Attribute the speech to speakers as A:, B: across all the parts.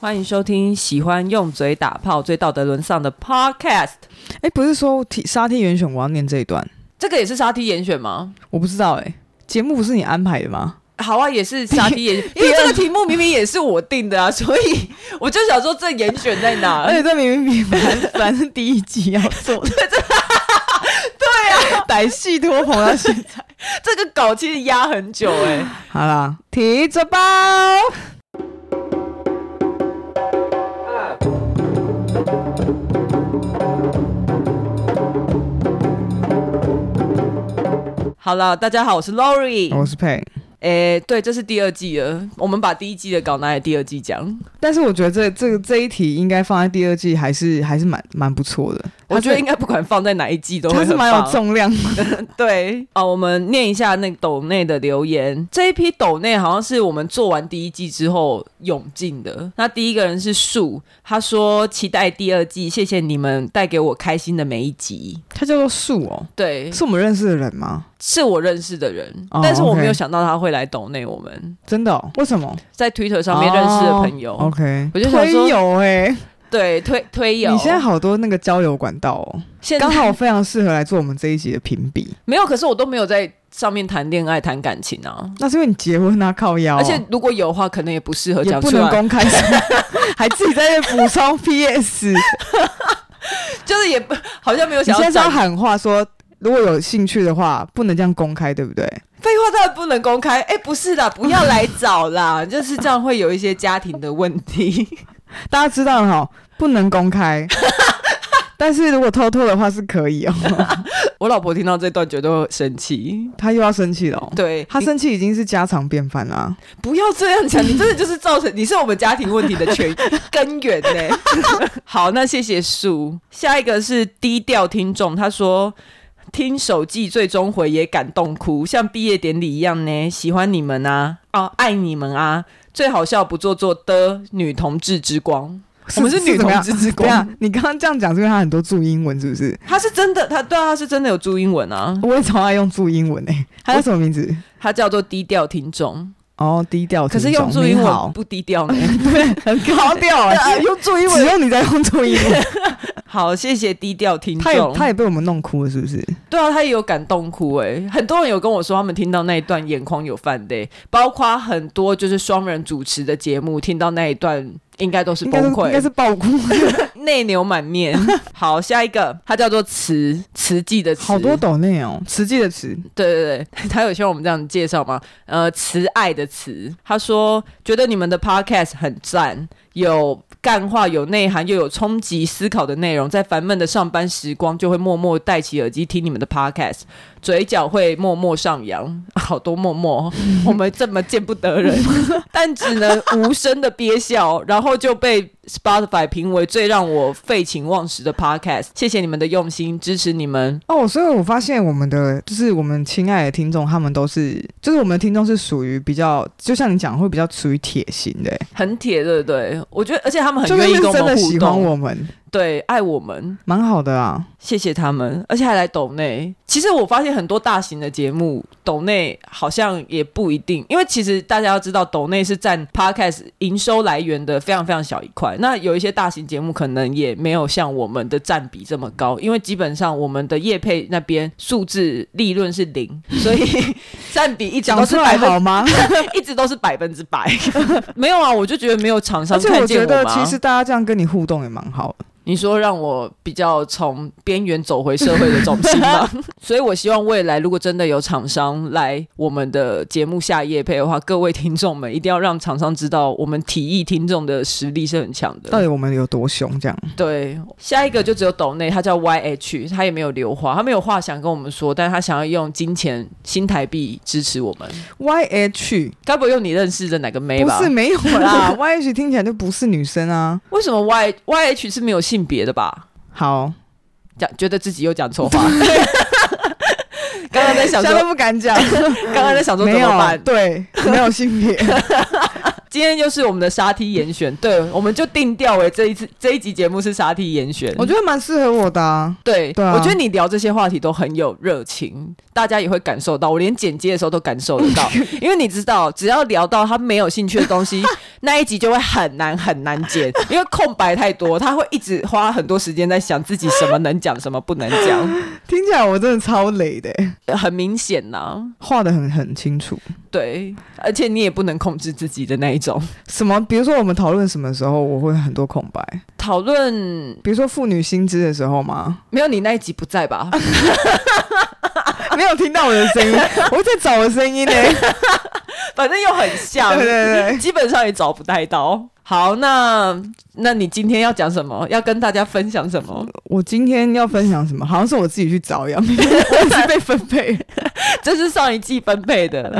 A: 欢迎收听喜欢用嘴打炮、最道德沦丧的 Podcast。
B: 哎、不是说提沙梯原选我要念这一段，
A: 这个也是沙梯严选吗？
B: 我不知道哎、节目不是你安排的吗？
A: 好啊，也是沙梯严，因为这个题目明明也是我定的啊， 所以我就想说这严选在哪？
B: 而且这明明比凡凡是第一集要做的，对啊，歹戏拖棚到现在。
A: 这个稿其实压很久哎、
B: 好啦，提着包。
A: 好了，大家好，我是 Lori。
B: 我是佩，
A: 哎、对，这是第二季了，我们把第一季的稿拿来第二季讲。
B: 但是我觉得这这个这一题应该放在第二季还是还是蛮蛮不错的，
A: 我觉得应该不管放在哪一季都会
B: 它是
A: 很
B: 蛮有
A: 棒
B: 重量的。
A: 对，哦，我们念一下那个抖内的留言。这一批抖内好像是我们做完第一季之后涌进的。那第一个人是树，他说期待第二季，谢谢你们带给我开心的每一集。
B: 它叫做树哦，
A: 对，
B: 是我们认识的人吗？
A: 是我认识的人，
B: 哦
A: 但是我
B: OK
A: 没有想到他会来抖内我们，
B: 真的、哦？为什么？
A: 在 Twitter 上面认识的朋友。
B: o k
A: 我就想说
B: 友哎、
A: 对，推推友。
B: 你现在好多那个交友管道哦，
A: 现在
B: 刚好非常适合来做我们这一集的评比。
A: 没有，可是我都没有在上面谈恋爱、谈感情啊。
B: 那是因为你结婚啊，靠腰、
A: 而且如果有的话，可能也不适合
B: 也
A: 讲
B: 不
A: 出
B: 能
A: 来，
B: 公开， 还自己在那补充 PS。你
A: 就是也不好像没有想
B: 现
A: 要
B: 在是要
A: 展
B: 喊话说，如果有兴趣的话，不能这样公开，对不对？
A: 废话当然不能公开，哎、不是 啦，不要来找啦，就是这样会有一些家庭的问题。
B: 大家知道了哈，不能公开。但是如果偷偷的话是可以哦，
A: 我老婆听到这段绝对会生气，
B: 他又要生气了、哦。
A: 对
B: 他
A: 她
B: 生气已经是家常便饭啦、
A: 不要这样讲，你真的就是造成你是我们家庭问题的全根源呢、 好，那谢谢树，下一个是低调听众，他说。听手记最终回也感动哭，像毕业典礼一样呢。喜欢你们啊，哦，爱你们啊！最好笑不做作的女同志之光，我们是女
B: 怎
A: 同
B: 么样
A: 志之
B: 对
A: 光
B: 啊，。你刚刚这样讲是因为他很多注英文，是不是？
A: 他是真的，他对啊，他是真的有注英文啊，
B: 我也超爱用注英文诶、欸，他叫什么名字？
A: 他叫做低调听众，
B: 哦，低调
A: 可
B: 听众。
A: 是用注英
B: 你
A: 文
B: 好
A: 不低 调呢。
B: 很高调啊，只
A: 用注
B: 只有你在用注英文。
A: 好，谢谢低调听
B: 他也
A: 众。
B: 他也被我们弄哭了，是不是？
A: 对啊，他也有感动哭哎、很多人有跟我说，他们听到那一段眼眶有泛泪、包括很多就是双人主持的节目，听到那一段应该都是
B: 应该是
A: 崩
B: 应该
A: 溃，
B: 是爆哭，
A: 内牛满面。好，下一个，他叫做慈慈济的慈，
B: 好多抖内哦，慈济的慈，
A: 对对对， 他有像我们这样介绍吗？呃，慈爱的慈，他说觉得你们的 podcast 很赞，有干话，有内涵，又有冲击思考的内容，在烦闷的上班时光，就会默默戴起耳机听你们的 podcast，嘴角会默默上扬， 好多默默，我们这么见不得人， 但只能无声的憋笑，然后就被 Spotify 评为最让我废寝忘食的 podcast。谢谢你们的用心，支持你们，
B: 哦，所以我发现我们的就是我们亲爱的听众，他们都是就是我们的听众是属于比较，就像你讲会比较属于铁心的、欸，
A: 很铁，对不对？我觉得，而且他们
B: 就
A: 很
B: 是
A: 愿意跟我
B: 真的
A: 们互
B: 喜欢
A: 动，
B: 我们，
A: 对，爱我们，
B: 蛮好的啊。
A: 谢谢他们，而且还来抖内。其实我发现很多大型的节目抖内好像也不一定，因为其实大家要知道，抖内是占 podcast 营收来源的非常非常小一块。那有一些大型节目可能也没有像我们的占比这么高，因为基本上我们的业配那边数字利润是零，所以 占比一直都
B: 讲
A: 是
B: 出
A: 百
B: 来
A: 分
B: 好吗？
A: 一直都是百分之百。 没有啊，我就觉得没有厂商
B: 而且
A: 看
B: 我
A: 见
B: 觉得
A: 们啊
B: 其实大家这样跟你互动也蛮好的。
A: 你说让我比较从边缘走回社会的中心 吧，所以我希望未来如果真的有厂商来我们的节目下夜配的话，各位听众们一定要让厂商知道我们提议听众的实力是很强
B: 到
A: 的。
B: 底我们有多凶？这样
A: 嗯对，下一个就只有抖内，他叫 YH，他也没有留话，他没有话想跟我们说，但是他想要用金钱新台币支持我们。
B: Y H
A: 该不会用你认识的哪个妹
B: 不
A: 吧？
B: 是没有啦，Y H 听起来就不是女生啊。
A: 为什么 Y YH 是没有性别的吧？
B: 好，
A: 讲觉得自己又讲错 话。 刚 刚在想
B: 现在
A: 说，
B: 都不敢讲，
A: 刚刚在想说怎
B: 没
A: 么
B: 有
A: 办？
B: 对，没有性别，
A: 今天又是我们的沙梯严选，对，我们就定调为这一次这一集节目是沙梯严选。
B: 我觉得蛮适合我的、啊。
A: 对，
B: 对啊
A: 我觉得你聊这些话题都很有热情，大家也会感受到。我连剪接的时候都感受得 到，因为你知道，只要聊到他没有兴趣的东西， 那一集就会很难很难剪，因为空白太多，他会一直花很多时间在想自己什么能讲，什么不能讲，
B: 听起来我真的超累的、
A: 很明显呐、
B: 画的很很清楚。
A: 对，而且你也不能控制自己的那一种。
B: 什么？比如说我们讨论什么时候，我会很多空白。
A: 讨论
B: 比如说妇女薪资的时候吗？
A: 没有你那一集不在吧？
B: 没有听到我的声音，我在找我的声音呢、
A: 反正又很像，
B: 对对对
A: 基本上也找不太到。好，那那你今天要讲什么？要跟大家分享什 么？
B: 我今天要分享什么？好像是我自己去找一样，我一直被分配。
A: 这是上一季分配的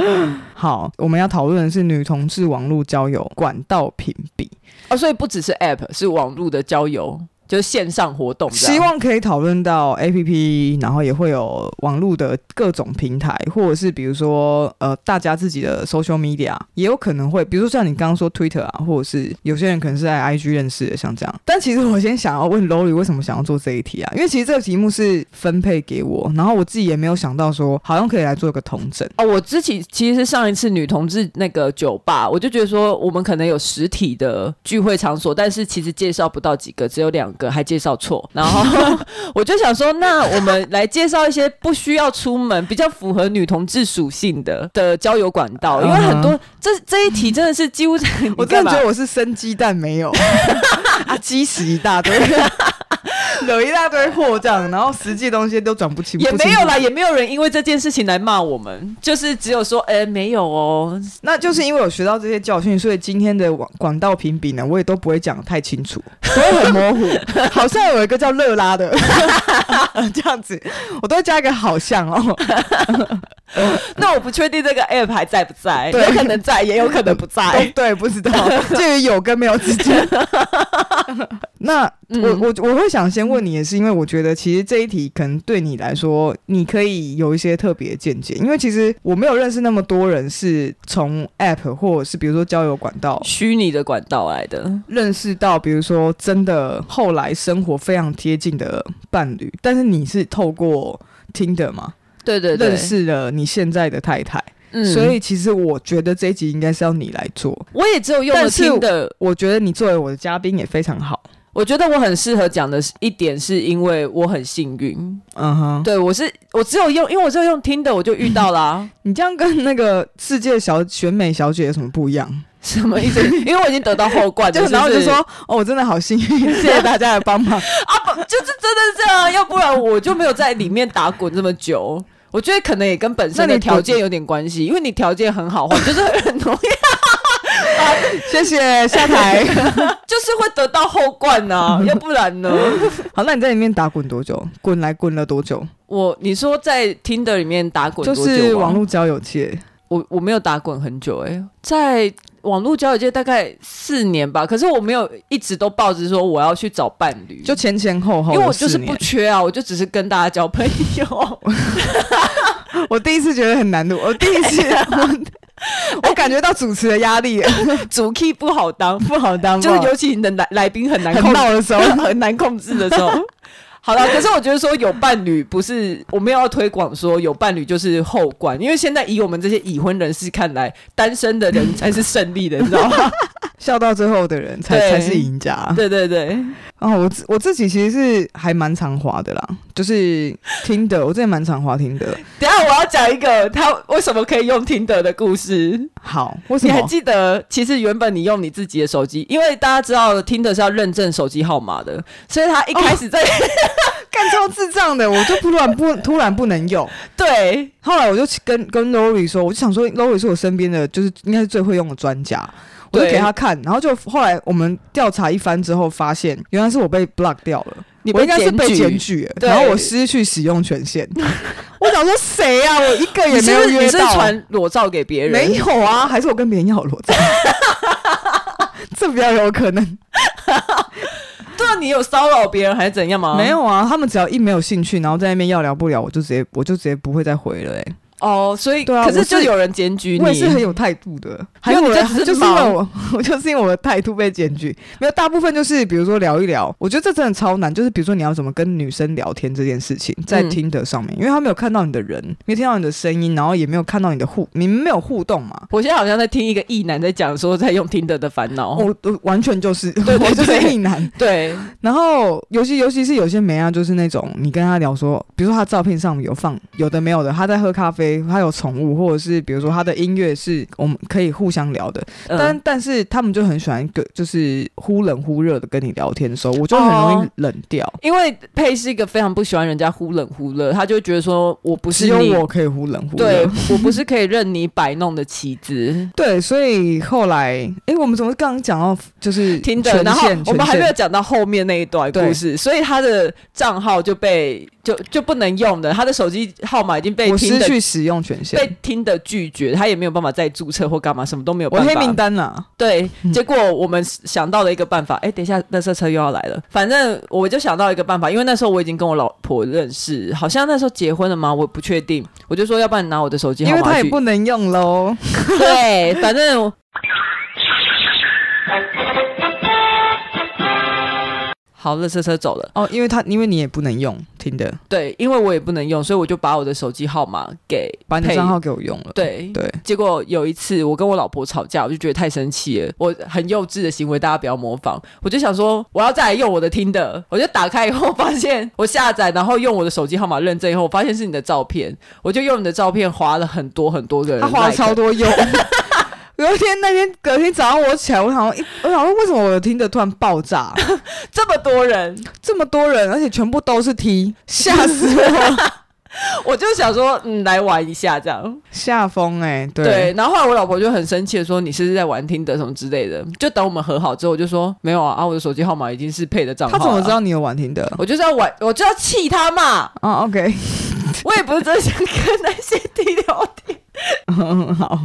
B: 好，我们要讨论的是女同志网络交友管道评比，
A: 哦，所以不只是 App，是网络的交友，就是线上活动这样。
B: 希望可以讨论到 A P P，然后也会有网络的各种平台，或者是比如说呃大家自己的 social media，也有可能会，比如说像你刚刚说 Twitter 啊，或者是有些人可能是在 I G 认识的，像这样。但其实我先想要问 Lori 为什么想要做这一题啊？因为其实这个题目是分配给我，然后我自己也没有想到说好像可以来做一个同整。
A: 哦，我之前其实是上一次女同志那个酒吧，我就觉得说我们可能有实体的聚会场所，但是其实介绍不到几个，只有两个，还介绍错。然 后我就想说，那我们来介绍一些不需要出门、比较符合女同志属性的的交友管道，因为很多、
B: 嗯
A: 这这一题真的是几乎
B: 我真的觉
A: 得
B: 得我是生鸡蛋没有 啊，鸡屎一大堆， 有一大堆货这样，然后实际东西都转不清，
A: 也
B: 不
A: 没
B: 清
A: 有
B: 楚
A: 啦，也没有人因为这件事情来骂我们，就是只有说，哎、没有哦，
B: 那就是因为我学到这些教训，所以今天的广广道评比呢，我也都不会讲得太清楚，都会很模糊。 好像有一个叫乐拉的， 这样子，我都会加一个好像哦。
A: 那我不确定这个 app 还在不在，有
B: 对
A: 可能在，也有可能不在。
B: 哦对，不知 道，介于有跟没有之 间。那
A: 嗯
B: 我我我会想先问你，也是因为我觉得其实这一题可能对你来说，你可以有一些特别的见解，因为其实我没有认识那么多人是从 App 或者是比如说交友管道
A: 虚拟的管道来的。
B: 认识到，比如说真的后来生活非常贴近的伴侣，但是你是透过。听的嘛，
A: 对对
B: 认，识了你现在的太太，
A: 嗯
B: 所以其实我觉得这一集应该是要你来做。
A: 我也只有用了
B: 但是
A: 听的。
B: 我觉得你作为我的嘉宾也非常好。
A: 我觉得我很适合讲的一点，是因为我很幸运。
B: 嗯哼，
A: 对我是，我只有用，因为我只有用听的，我就遇到啦、
B: 你这样跟那个世界小选美小姐有 什么不一样？
A: 什么意思？ 因为我已经得到后冠了，
B: 就然后
A: 啊是不
B: 就是说，哦，我真的好幸运，谢谢大家的 帮忙。
A: 啊，不，就是真的是这样啊，要不然我就没有在里面打滚这么久。我觉得可能也跟本身
B: 那
A: 的
B: 你
A: 条件有点关系，因为你条件很 好的话，你就是很容易，
B: 谢谢 下台。
A: 就是会得到后冠 呐、要不然呢？
B: 好，那你在里面打滚多久？滚来滚了多久？
A: 我你说在听的里面打滚
B: 就
A: 多久吗，啊
B: 是网络交友界。
A: 我我没有打滚很久哎、在网络交友界大概四年吧，可是我没有一直都抱着说我要去找伴侣，
B: 就前前后后
A: 因
B: 有
A: 为我就是
B: 四
A: 不
B: 年，
A: 缺啊，我就只是跟大家交朋 友。
B: 我第一次觉得很难度，我第一次，我我感觉到主持的压力了
A: 主 key 不好当，
B: 不好当，
A: 就是尤其你的来来宾很难
B: 很
A: 控
B: 闹的时候，
A: 制，很难控制的时候。好了，可是我觉得说有伴侣不是我们要推广说有伴侣就是后冠，因为现在以我们这些已婚人士看来，单身的人才是胜利 的，你知道吗？
B: 笑到最后的人才
A: 对
B: 才是赢家。
A: 对对对，
B: 哦，我自我自己其实是还蛮常滑的啦，就是听的，我真的蛮常滑听的。
A: 等一下我要讲一个他为什么可以用听得的故事。
B: 好，为什
A: 你还
B: 么？
A: 记得，其实原本你用你自己的手机，因为大家知道听的是要认证手机号码的，所以他一开始在、
B: 哦干超智障的，我就突然不突然不能用。
A: 对
B: 后来我就跟跟 Lori 说，我就想说 Lori 是我身边的，就是应该是最会用的专家，我就
A: 对
B: 给他看。然后就后来我们调查一番之后，发现原来是我被 block 掉了，
A: 你
B: 我应该是被检
A: 检举，
B: 举了，
A: 对
B: 然后我失去使用 权限。我想说谁啊？我一个
A: 你
B: 也没
A: 是不
B: 有
A: 是你
B: 约
A: 是不
B: 到
A: 是
B: 啊。
A: 传裸照给别人？
B: 没有啊，还是我跟别人要裸 照，这比较有可能。
A: 对啊，你有骚扰别人还是怎样吗？
B: 没有啊，他们只要一没有兴趣，然后在那边要聊不聊，我就直接我就直接不会再回了、欸。
A: 哦，所以
B: 对啊
A: 可是
B: 我
A: 就是有人检举
B: 我也是很
A: 你，
B: 有态度的，
A: 还有
B: 因为我的
A: 你就只是
B: 就是因为我 我就是因为我的态度被检举，没有大部分就是比如说聊一聊，我觉得这真的超难，就是比如说你要怎么跟女生聊天这件事情，在
A: 嗯
B: 听的上面，因为他没有看到你的人，没有听到你的声音，然后也没有看到你的互，你们没有互动嘛。
A: 我现在好像在听一个异男在讲说在用听的的烦恼，
B: 我我完全就是，
A: 哦对对
B: 我就是
A: 对
B: 异男。
A: 对，
B: 然后，尤其尤其是有些美啊，就是那种你跟他聊说，比如说他照片上有放有的没有的，他在喝咖啡，他有宠物，或者是比如说他的音乐是我们可以互相聊的，
A: 嗯
B: 但但是他们就很喜欢跟就是忽冷忽热的跟你聊天的时候，我就很容易
A: 哦
B: 冷掉。
A: 因为佩是一个非常不喜欢人家忽冷忽热，他就觉得说我不是
B: 只有
A: 你
B: 我可以忽冷忽热
A: 对。我不是可以任你摆弄的棋 子。
B: 对，所以后来，诶，我们怎么刚刚讲到就是
A: 听
B: 权
A: 的，然
B: 限
A: 后我
B: 权
A: 们还没有
B: 限
A: 讲到后面那一段故事，所以他的账号就被就就不能用的，他的手机号码已经被
B: 我
A: 哎听
B: 失
A: 的
B: 去使用权限，
A: 被听的拒绝，他也没有办法再注册或干嘛，什么都没有
B: 我
A: 办
B: 黑
A: 法
B: 名。单了。
A: 对，
B: 嗯
A: 结果我们想到了一个办法，哎、等一下，垃圾车又要来了。反正我就想到一个办法，因为那时候我已经跟我老婆认识，好像那时候结婚了吗？我不确定。我就说，要不然你拿我的手机号
B: 因
A: 码
B: 为他也
A: 去
B: 不能用喽。
A: 对，反正我。好，垃圾车走了。
B: 哦，因为他因为你也不能用听的，
A: 对，因为我也不能用，所以我就把我的手机号码给
B: 把你的
A: 配
B: 账号给我用了。
A: 对。
B: 对，
A: 结果有一次我跟我老婆吵架，我就觉得太生气了，我很幼稚的行为，大家不要模仿。我就想说，我要再来用我的听的，我就打开以后 发现我下载，然后用我的手机号码认证以后，我发现是你的照片，我就用你的照片划了很多很多个人、
B: 他花了超。多 油。有一天那天隔天早上我起来，我想说，我想说为什么我的听的突然爆炸，
A: 这么多人，
B: 这么多人，而且全部都是 T，吓死我，
A: 我就想说，嗯，来玩一下这样。
B: 吓疯哎，对。
A: 对，然后后来我老婆就很生气的说：“你是不是在玩听的什么之类的？”就等我们和好之后，我就说：“没有啊，啊，我的手机号码已经是配的账号。”
B: 他怎么知？道你有玩听的？
A: 我就是要玩，我就要气他嘛！
B: 啊，OK，
A: 我也不是真的想跟那些地聊天。
B: 嗯，好，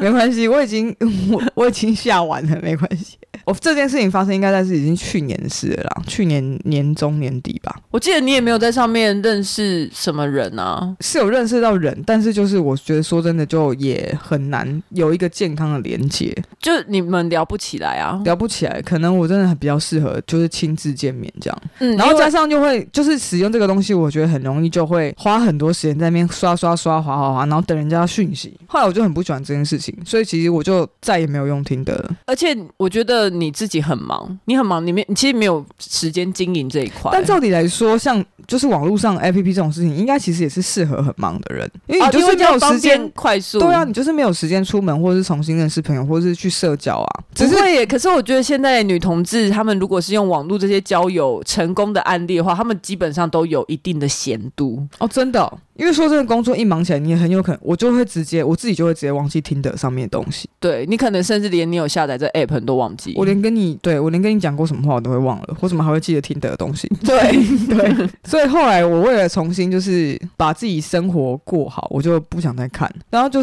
B: 没关系，我已经我我已经下完了，没关系。我这件事情发生应该在是已经去年的事了啦，去年年中年底吧，
A: 我记得你也没有在上面认识什么人啊。
B: 是有认识到人，但是就是我觉得说真的，就也很难有一个健康的连接，
A: 就你们聊不起来啊，
B: 聊不起来。可能我真的很比较适合就是亲自见面这样，
A: 嗯，
B: 然后
A: 因为
B: 加上就会就是使用这个东西，我觉得很容易就会花很多时间在那边刷刷刷、滑滑滑，然后等人家讯息。后来我就很不喜欢这件事情，所以其实我就再也没有用听的了。
A: 而且我觉得你自己很忙，你很忙，你没，你其实没有时间经营这一块。
B: 但照理来说，像就是网络上 APP 这种事情，应该其实也是适合很忙的人，哦因为
A: 啊
B: 你就
A: 因为
B: 是没有
A: 方
B: 时间
A: 便快速，
B: 对啊，你就是没有时间出门，或者是重新认识朋友，或者是去社交啊。只
A: 不
B: 是
A: 会耶，可是我觉得现在的女同志，她们如果是用网络这些交友成功的案例的话，她们基本上都有一定的闲度。
B: 哦，真的哦、因为说真的，工作一忙起来，你也很有可能，我就会直接我自己就会直接忘记听的上面的东西，
A: 对你可能甚至连你有下载这 app 你都忘记。
B: 我连跟你对我连跟你讲过什么话我都会忘了，我怎么还会记得听的 东西？
A: 对
B: 对，所以后来我为了重新就是把自己生活过好，我就不想再看，然后就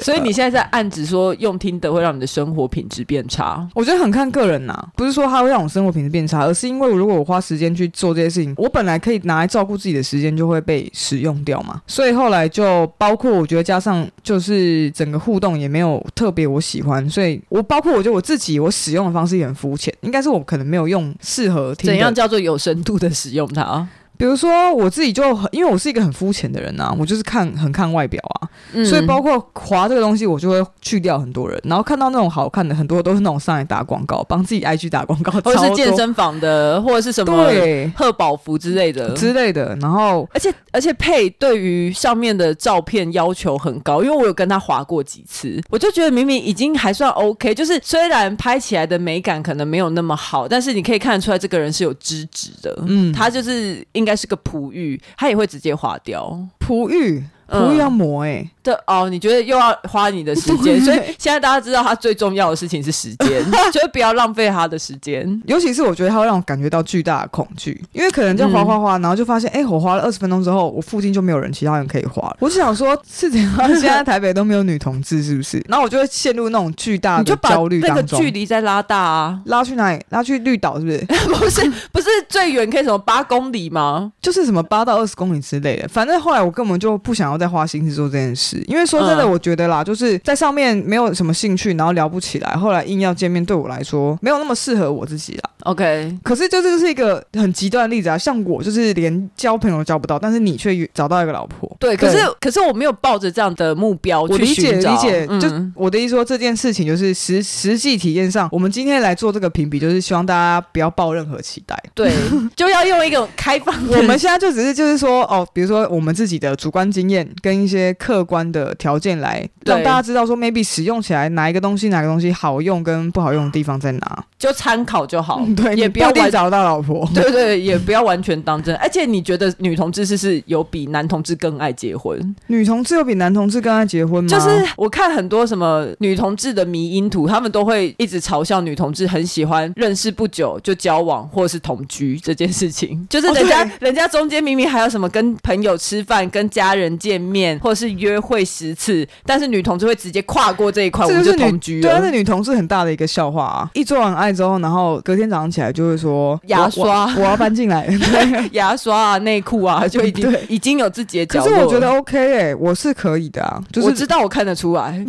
A: 所以
B: 呃
A: 你现在在暗指说用听的会让你的生活品质变差。
B: 我觉得很看个人呐、不是说它会让我生活品质变差，而是因为如果我花时间去做这些事情，我本来可以拿来照顾自己的时间就会被使用掉嘛。所以后来就包括我觉得加上就是整个互动也没有特别我喜欢，所以我包括我觉得我自己我使用的方式也很肤浅，应该是我可能没有用适合听
A: 怎样
B: 的。
A: 叫做有深度的使用它？
B: 比如说我自己就很，因为我是一个很肤浅的人呐、我就是看很看外表啊，
A: 嗯
B: 所以包括滑这个东西，我就会去掉很多人，然后看到那种好看的，很多都是那种上来打广告，帮自己 IG 打广告，
A: 或者
B: 超
A: 是
B: 多
A: 健身房的，嗯或者是什么
B: 对
A: 贺宝福之类的。
B: 之类的，然后。
A: 而且而且佩对于上面的照片要求很高，因为我有跟他划过几次，我就觉得明明已经还算 OK，就是虽然拍起来的美感可能没有那么好，但是你可以看得出来这个人是有资质的，嗯，
B: 嗯
A: 他就是应该是个璞玉，他也会直接划掉。
B: 璞玉，
A: 嗯
B: 璞玉要磨哎、欸，
A: 对哦，你觉得又要花你的时间，
B: 对
A: 所以现在大家知道他最重要的事情是时 间，就是不要浪费他的时间。
B: 尤其是我觉得它会让我感觉到巨大的恐惧，因为可能就滑滑滑，然后就发现，
A: 嗯
B: 哎、我滑了二十分钟之后，我附近就没有人，其他人可以滑了。我是想说，是怎 样？现在台北都没有女同志，是不是？然后我就会陷入那种巨大
A: 你就
B: 的
A: 把
B: 焦虑
A: 那
B: 当
A: 个
B: 中。
A: 距离再拉大 啊，
B: 拉去哪里？拉去绿岛，是不是？
A: 不是不是最远可以什么八公里吗？
B: 就是什么八到二十公里之类的。反正后来我根本就不想要再花心思做这件事。因为说真的，
A: 嗯
B: 我觉得啦，就是在上面没有什么兴趣，然后聊不起来，后来硬要见面，对我来说没有那么适合我自己啦。
A: OK，
B: 可是就这就是一个很极端的例子啊，像我就是连交朋友都交不到，但是你却找到一个老婆。
A: 对，可是可是我没有抱着这样的目标
B: 我
A: 去
B: 理解
A: 寻找
B: 理解，就
A: 嗯
B: 我的意思说，这件事情就是实实际体验上，我们今天来做这个评比，就是希望大家不要抱任何期待。
A: 对， 就要用一种开放的，
B: 我 们现在就只是就是说哦，比如说我们自己的主观经验跟一些客观的条件来
A: 对
B: 让大家知道说，maybe 使用起来哪一个东西哪个东西好用跟不好用的地方在哪。
A: 就参考就好， 哦
B: 对，
A: 也
B: 你
A: 不
B: 不
A: 要
B: 一定
A: 完
B: 找得到老婆。
A: 对对，也不要完全当真。而且你觉得女同志是不是有比男同志更爱结婚？
B: 女同志有比男同志跟他结婚吗？
A: 就是我看很多什么女同志的迷因图，他们都会一直嘲笑女同志很喜欢认识不久就交往或是同居这件事 情。就是
B: 哦
A: 人家、
B: 对
A: 人家中间明明还有什么跟朋友吃饭、跟家人见面，或者是约会十次，但是女同志会直接跨过这一块，我
B: 这
A: 们
B: 就是
A: 就
B: 女
A: 同居
B: 对啊，那
A: 了。
B: 女同志很大的一个笑话啊！一做完爱之后，然后隔天早上起来就会说
A: 牙
B: 我
A: 刷
B: 我我要搬 进来。对
A: 牙刷啊、内裤啊，就已 经
B: 对
A: 已经有自己的
B: 可
A: 角
B: 是
A: 落了。
B: 我觉得 OK 哎、我是可以的啊，就
A: 我
B: 是
A: 知道，我看得出来。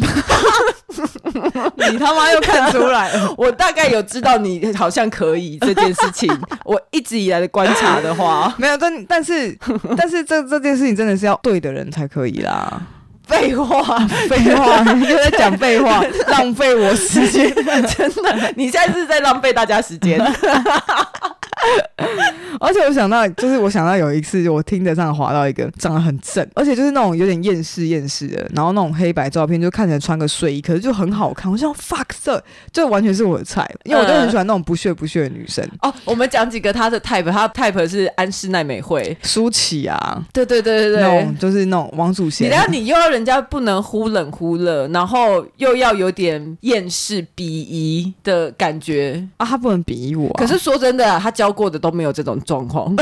B: 你他妈又看出来了。
A: 我大概有知道你好像可以这件事 情。我一直以来的观察的话，
B: 没有，但但 是但是这这件事情真的是要对的人才可以啦。
A: 废话，
B: 废话，又在讲废话，浪费我时间。
A: 真的，你现在是在浪费大家时间。
B: 而且我想到，就是我想到有一次，我听得上滑到一个长得很正，而且就是那种有点厌世厌世的，然后那种黑白照片，就看起来穿个睡衣，可是就很好看。我想 fuck 这这完全是我的菜，因为我就很喜欢那种不屑不屑的女生，
A: 哦，我们讲几个他的 type，他的 type 是安室奈美惠。
B: 舒淇啊，
A: 对对对对
B: 那
A: 对
B: 种。就是那种王祖
A: 你
B: 贤
A: 然。后你又要人家不能忽冷忽热，然后又要有点厌世鄙夷的感觉。
B: 啊，他不能比我、啊。
A: 可是说真的啊、他教过的都没有这种状 况，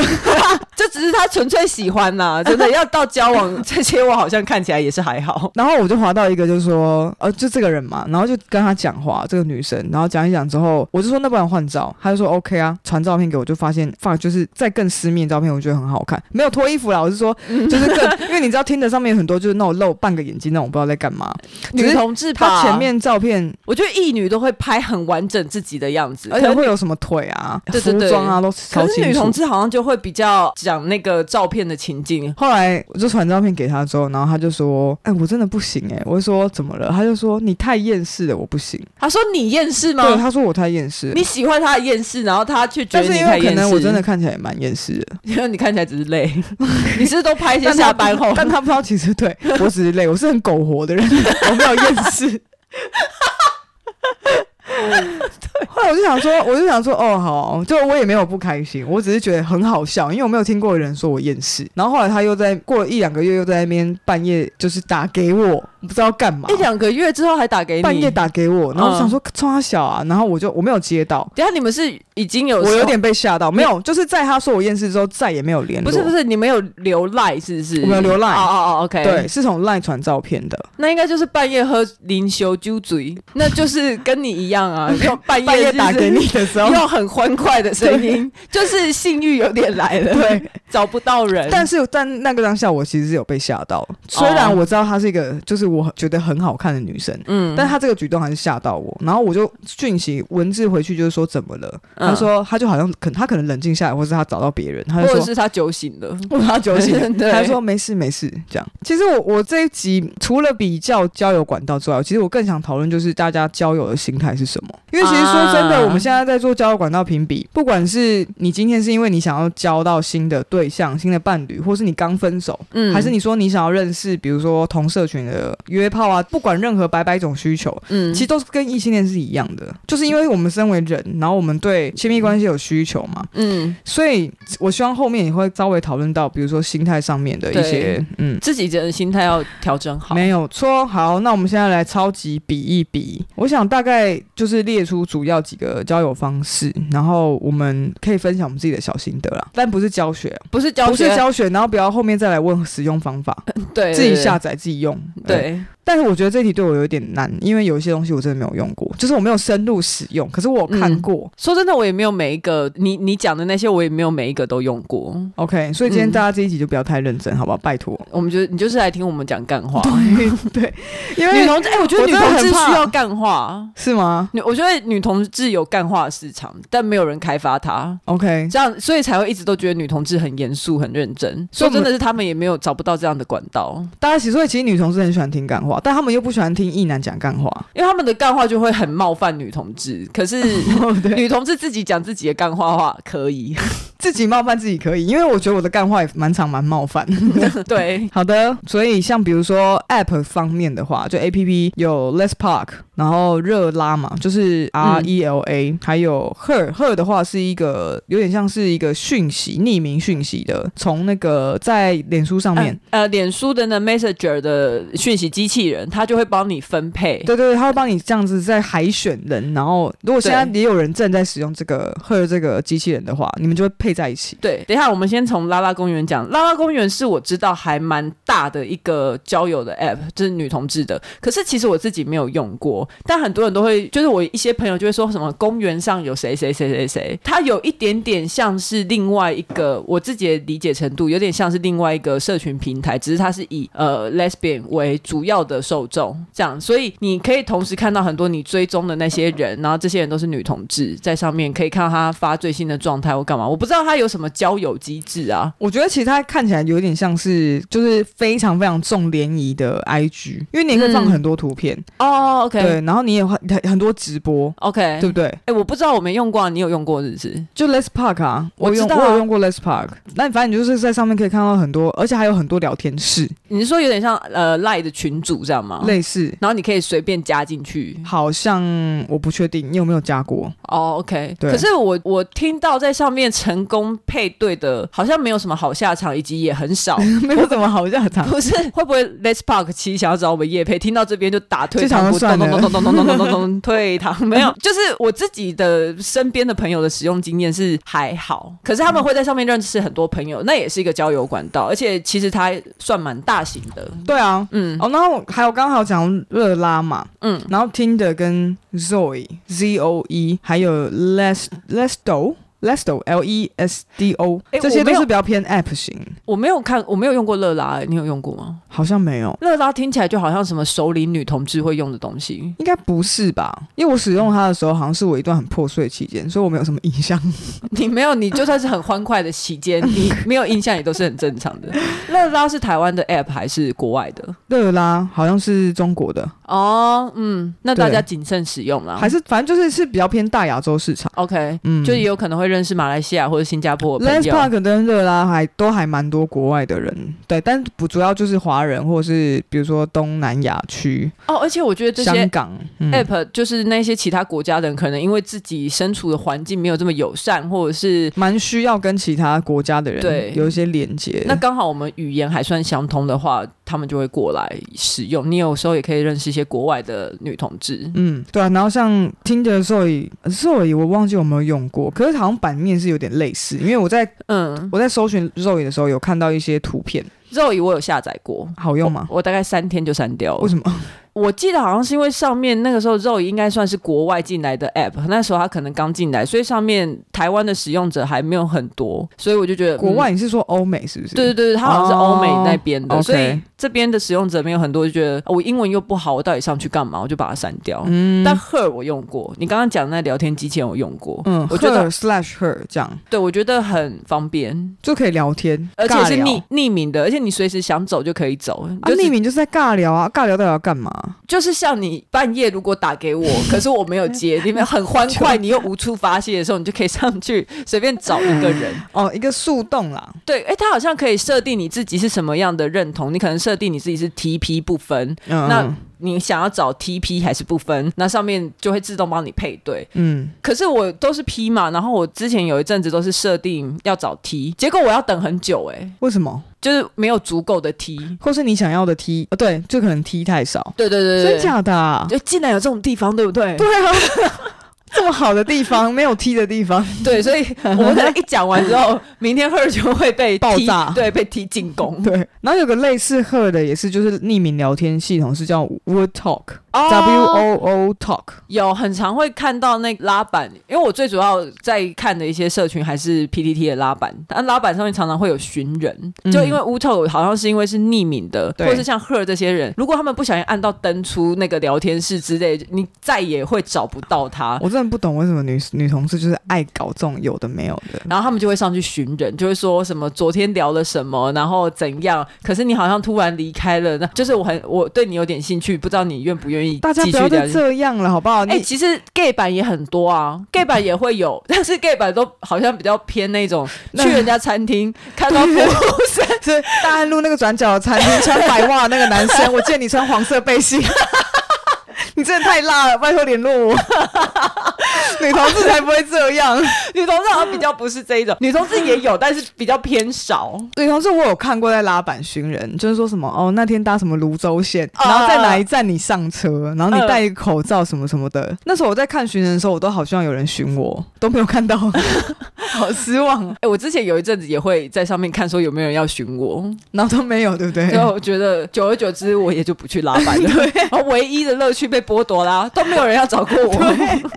A: 就只是他纯粹喜欢啦、真的要到交 往这些，我好像看起来也是还好。
B: 然后我就滑到一个，就是说，呃，就这个人嘛，然后就跟他讲话，这个女生，然后讲一讲之后，我就说那不然换照，他就说 OK 啊，传照片给我，就发现发就是再更私密的照片，我觉得很好看，没有脱衣服啊啦，我是说就是更，因为你知道听的上面有很多就是那种露半个眼睛那种，不知道在干嘛，只
A: 女
B: 是
A: 同志吧，
B: 他前面照片，
A: 我觉得异女都会拍很完整自己的样子，
B: 而且会有什么腿啊、
A: 对对对
B: 服装啊都超
A: 可是
B: 清
A: 女
B: 楚
A: 同。志好像就会比较讲那个照片的情境。
B: 后来我就传照片给他之后，然后他就说：“哎、我真的不行哎、我就说：“怎么了？”他就说：“你太厌世了，我不行。
A: 他说你厌世”
B: 对，
A: 吗？
B: 他说我太厌世了。
A: 你喜欢他的厌世，然后他却觉
B: 但
A: 得
B: 是
A: 你
B: 因
A: 太
B: 为可
A: 厌世。
B: 能我真的，看起来也蛮厌世的，
A: 因为你看起来只是 累，你是不是都拍一些
B: 但他
A: 下班后。
B: 但他不知道其实 对我只是累，我是很苟活的人， 我没有厌 世。后来我就想说，我就想说，哦，好，就我也没有不开心，我只是觉得很好笑，因为我没有听过有人说我厌世。然后后来他又在过了一两个月，又在那边半夜就是打给我，不知道干嘛
A: 一，两个月之后还打给你，
B: 半夜。打给我，然后我
A: 嗯
B: 想说冲他小啊，然后我就我没有接到，
A: 等一下你们是已经有
B: 我有点被吓到，没有，就是在他说我厌世之后再也没有联络，
A: 不是不是，你们有留赖是不是？
B: 我们有留 line
A: 哦哦哦，OK。
B: 对，，是从赖传照片的，
A: 那应该就是半夜喝零酒酒醉， 那就是跟你一样 啊，用半夜
B: 半夜
A: 就是
B: 打给你的时候。
A: 用很欢快的声音，就是性欲有点来 了，
B: 对，
A: 找不到人。
B: 但是但那个当下，我其实是有被吓到。
A: 哦
B: 虽然我知道她是一个，就是我觉得很好看的女生，
A: 嗯
B: 但她这个举动还是吓到我。然后我就讯息文字回去，就是说怎么了？
A: 嗯
B: 她说她就好像可她可能冷静下来，或是她找到别人，她
A: 或
B: 就
A: 者
B: 说
A: 是他酒醒了，，
B: 我要酒醒
A: 对
B: 他说没事没事，这样。其实我我这一集除了比较交友管道之外，其实我更想讨论就是大家交友的心态是什么。因为其实说真的，
A: 啊
B: 我们现在在做交友管道评比，不管是你今天是因为你想要交到新的对象、新的伴侣，或是你刚分手，
A: 嗯
B: 还是你说你想要认识，比如说同社群的约炮啊，不管任何百百种需求，
A: 嗯
B: 其实都是跟异性恋是一样的，就是因为我们身为人，然后我们对亲密关系有需求嘛，
A: 嗯
B: 所以我希望后面也会稍微讨论到，比如说心态上面的一些
A: 对，
B: 嗯，
A: 自己的心态要调整好。
B: 没有错。好，那我们现在来超级比一比，我想大概就是列出主要几个交友方式，然后我们可以分享我们自己的小心得啦，但不是教学，
A: 不是教
B: 不
A: 学，
B: 是教学，然后不要后面再来问使用方法，
A: 对
B: 自己下载自己用，
A: 对。对
B: 但是我觉得这题对我有点难，因为有一些东西我真的没有用过，就是我没有深入使用，可是我有看
A: 嗯
B: 过。
A: 说真的，我也没有每一个你你讲的那些，我也没有每一个都用过。
B: OK，所以今天
A: 嗯
B: 大家这一集就不要太认真，好不好？拜托。
A: 我们就你就是来听我们讲干话。
B: 对，因
A: 女
B: 为
A: 同志，哎、我觉得
B: 我
A: 女
B: 真的
A: 同
B: 很
A: 志
B: 怕
A: 需要干话。
B: 是吗
A: 女，我觉得女同志有干话的市场，但没有人开发它，
B: ？OK，
A: 这样所以才会一直都觉得女同志很严肃、很认真。
B: 所
A: 说
B: 以我们
A: 真的是他们也没有找不到这样的管道，
B: 大家其实所以其实女同志很喜欢听干话，但他们又不喜欢听异男讲干话。
A: 因为他们的干话就会很冒犯女同志。可 是
B: 哦
A: 女同志自己讲自己的干话话可以，
B: 自己冒犯自己可以，因为我觉得我的干话也蛮常蛮冒犯。
A: 对，
B: 好的，所以像比如说 App 方面的话，就 A P P 有 Let's Park，然后热拉嘛，就是 R E L A，、还有 Her Her 的话是一个有点像是一个讯息匿名讯息的，从那个在脸书上面，
A: 呃，脸书的呢 Messenger 的讯息机器人，它就会帮你分配。
B: 对对对，他会帮你这样子在海选人，然后如果现在
A: 对
B: 也有人正在使用这个 Her 这个机器人的话，你们就会配在一起。
A: 对，等一下，我们先从拉拉公园讲。拉拉公园是我知道还蛮大的一个交友的 app，就是女同志的。可是其实我自己没有用过，但很多人都会，就是我一些朋友就会说什么公园上有谁谁谁谁谁，它有一点点像是另外一个我自己的理解程度，有点像是另外一个社群平台，只是它是以呃 lesbian 为主要的受众，这样，所以你可以同时看到很多你追踪的那些人，然后这些人都是女同志，在上面可以看到她发最新的状态或干嘛。我不知道她有什么交友机制啊，
B: 我觉得其实它看起来有点像是，就是非常非常重联谊的 IG，因为你也可以放
A: 嗯
B: 很多图片，
A: 哦，OK、
B: 对，然后你也很很多直播，
A: o k
B: 对不对？
A: 哎、我不知道我没用过啊，你有用过是不是？
B: 就 Let's Park 啊，
A: 我
B: 我用
A: 知道啊
B: 我有用过 Let's Park，那反正你就是在上面可以看到很多，而且还有很多聊天室，
A: 你是说有点像呃赖的群主这样吗？
B: 类似，
A: 然后你可以随便加进去。
B: 好像我不确定你有没有 加过，
A: 哦、o k
B: 对
A: 可是我我听到在上面成功配对的，好像没有什么好下场，以及也很 少。
B: 没有怎么好 下场。
A: 不是，会不会 Let's Park 七想要找我们叶配，听到这边就打退
B: 就想
A: 堂鼓，
B: 说算
A: 咚
B: 了
A: 咚咚咚咚咚咚咚咚咚退堂？没有，就是我自己的身边的朋友的使用经验是还好，可是他们会在上面认识很多朋友，那也是一个交友管道，而且其实它算蛮大型的。
B: 对啊，
A: 嗯，
B: 哦，然后还有刚好讲热拉嘛，嗯
A: 嗯，
B: 然后 Tinder 跟 Zoe Z O E，还有 Les Lesdo Lesdo L E S D O，、
A: 诶
B: 这些
A: 我没
B: 都
A: 有
B: 是比较偏 App 型，
A: 我没有看，我没有用过乐拉、欸你有用过吗？
B: 好像没有，
A: 乐拉听起来就好像什么首领女同志会用的东西。
B: 应该不是吧？因为我使用它的时候，好像是我一段很破碎期间，所以我没有什么印象。
A: 你没有，你就算是很欢快的期间，你 没有印象也都是很正常的。乐拉是台湾的 app 还是国外的？
B: 热拉好像是中国的，
A: 哦，嗯，那大
B: 对
A: 家谨慎使用啦。
B: 还是反正就是是比较偏大亚洲市场。
A: OK，、
B: 嗯，
A: 啊就也有可能会认识马来西亚或者新加坡的
B: Les
A: 朋
B: t
A: 友。
B: Park 跟热拉还都还蛮多国外的人，对，但不主要就是华人或者是比如说东南亚区，
A: 哦，而且我觉得这
B: 香
A: 些。
B: 港、嗯
A: app 就是那些其他国家的人，可能因为自己身处的环境没有这么友善，或者是
B: 蛮需要跟其他国家的
A: 对
B: 人有一些连接。
A: 那刚好我们语言还算相通的话，他们就会过来使用。你有时候也可以认识一些国外的女同志。
B: 嗯，对啊，然后像 Tinder 的 Zoe Zoe 我忘记有没有用过，可是好像版面是有点类似，因为我在
A: 嗯，
B: 我在搜寻 Zoe 的时候有看到一些图片，
A: 肉姨我有下载过，
B: 好用吗？
A: 我？我大概三天就删掉了
B: 为。什么？
A: 我记得好像是因为上面那个时候肉应该算是国外进来的 app，那时候它可能刚进来，所以上面台湾的使用者还没有很多，所以我就觉得
B: 国。
A: 嗯
B: 外你是说欧美是不是？
A: 对对对，它好像是欧美那边的
B: 哦，OK
A: 所以这边的使用者没有很多，就觉得、哦我英文又不好，我到底上去干嘛？我就把它删掉。
B: 嗯，
A: 但 her 我用过，你刚刚讲的那聊天机器人我用过，
B: 嗯，
A: 我觉得
B: her slash her 这样
A: 对我觉得很方便，
B: 就可以聊天，
A: 而且是
B: 尬聊
A: 匿匿名的，而且你随时想走就可以走，
B: 啊，
A: 就是
B: 匿名就是在尬聊啊，尬聊到底要干嘛？
A: 就是像你半夜如果打给 我，可是我没有接，你们很欢快，你又无处发泄的时候，你就可以上去随便找一个 人。
B: 哦，一个树洞啦，
A: 对，诶，他好像可以设定你自己是什么样的认同，你可能设定你自己是 TP 不分，
B: 嗯，
A: 那你想要找 TP 还是不分，那上面就会自动帮你配对。
B: 嗯，
A: 可是我都是 P 嘛，然后我之前有一阵子都是设定要找 T，结果我要等很久、诶，
B: 为什么？
A: 就是没有足够的 T。
B: 或是你想要的 T，呃，对，就可能 T 太少，
A: 对对对对，
B: 真假的、啊？
A: 就竟然有这种地方，对不对？
B: 对啊， 这么好的地方，没有踢的地方，
A: 对， 所以我们可能一讲完之后，明天 her 就会被踢
B: 爆炸
A: 对，被踢进攻。
B: 对。然后有个类似 h 的，也是就是匿名聊天系统，是叫 Wood Talk，W
A: 哦
B: O O Talk。
A: 有很常会看到那拉板，因为我最主要在看的一些社群还是 PTT 的拉板，但拉板上面常常会有寻人，
B: 嗯
A: 就因为乌透好像是因为是匿名的，或
B: 对
A: 者是像 her 这些人，如果他们不小心按到登出那个聊天室之类，你再也会找不到他。
B: 我真的不懂为什么女女同事就是爱搞这种有的没有的。
A: 然后他们就会上去寻人，就会说什么昨天聊了什么，然后怎样。可是你好像突然离开了，那就是我很我对你有点兴趣，不知道你愿不愿意
B: 大家
A: 继
B: 不
A: 续
B: 要
A: 聊下
B: 再
A: 去。
B: 这样了，好不好？
A: 哎、
B: 你
A: 其实 gay 版也很多啊，gay 版也会有，但是 gay 版都好像比较偏那种
B: 那
A: 去人哎家餐厅看到服 务生，
B: 是 大安路那个转角的餐厅穿白袜那个男生，我见你穿黄色背心， 你真的太辣了，拜托联络我。 女同志才不会这样。
A: 女同事好像比较不是这一种，女同事也有，但是比较偏少。
B: 女同志我有看过在拉板寻人，就是说什么哦那天搭什么泸州线，
A: 啊嗯
B: 然后在哪一站你上车，然后你戴一个口罩什么什么的。那时候我在看寻人的时候，我都好希望有人寻我，都没有看到， 好失望哦。
A: 哎、我之前有一阵子也会在上面看说有没有人要寻我，
B: 然后都没有，对 不对？
A: 所以我觉得久而久之我也就不去拉板 了，然后唯一的乐趣被剥夺啦，都没有人要找过我。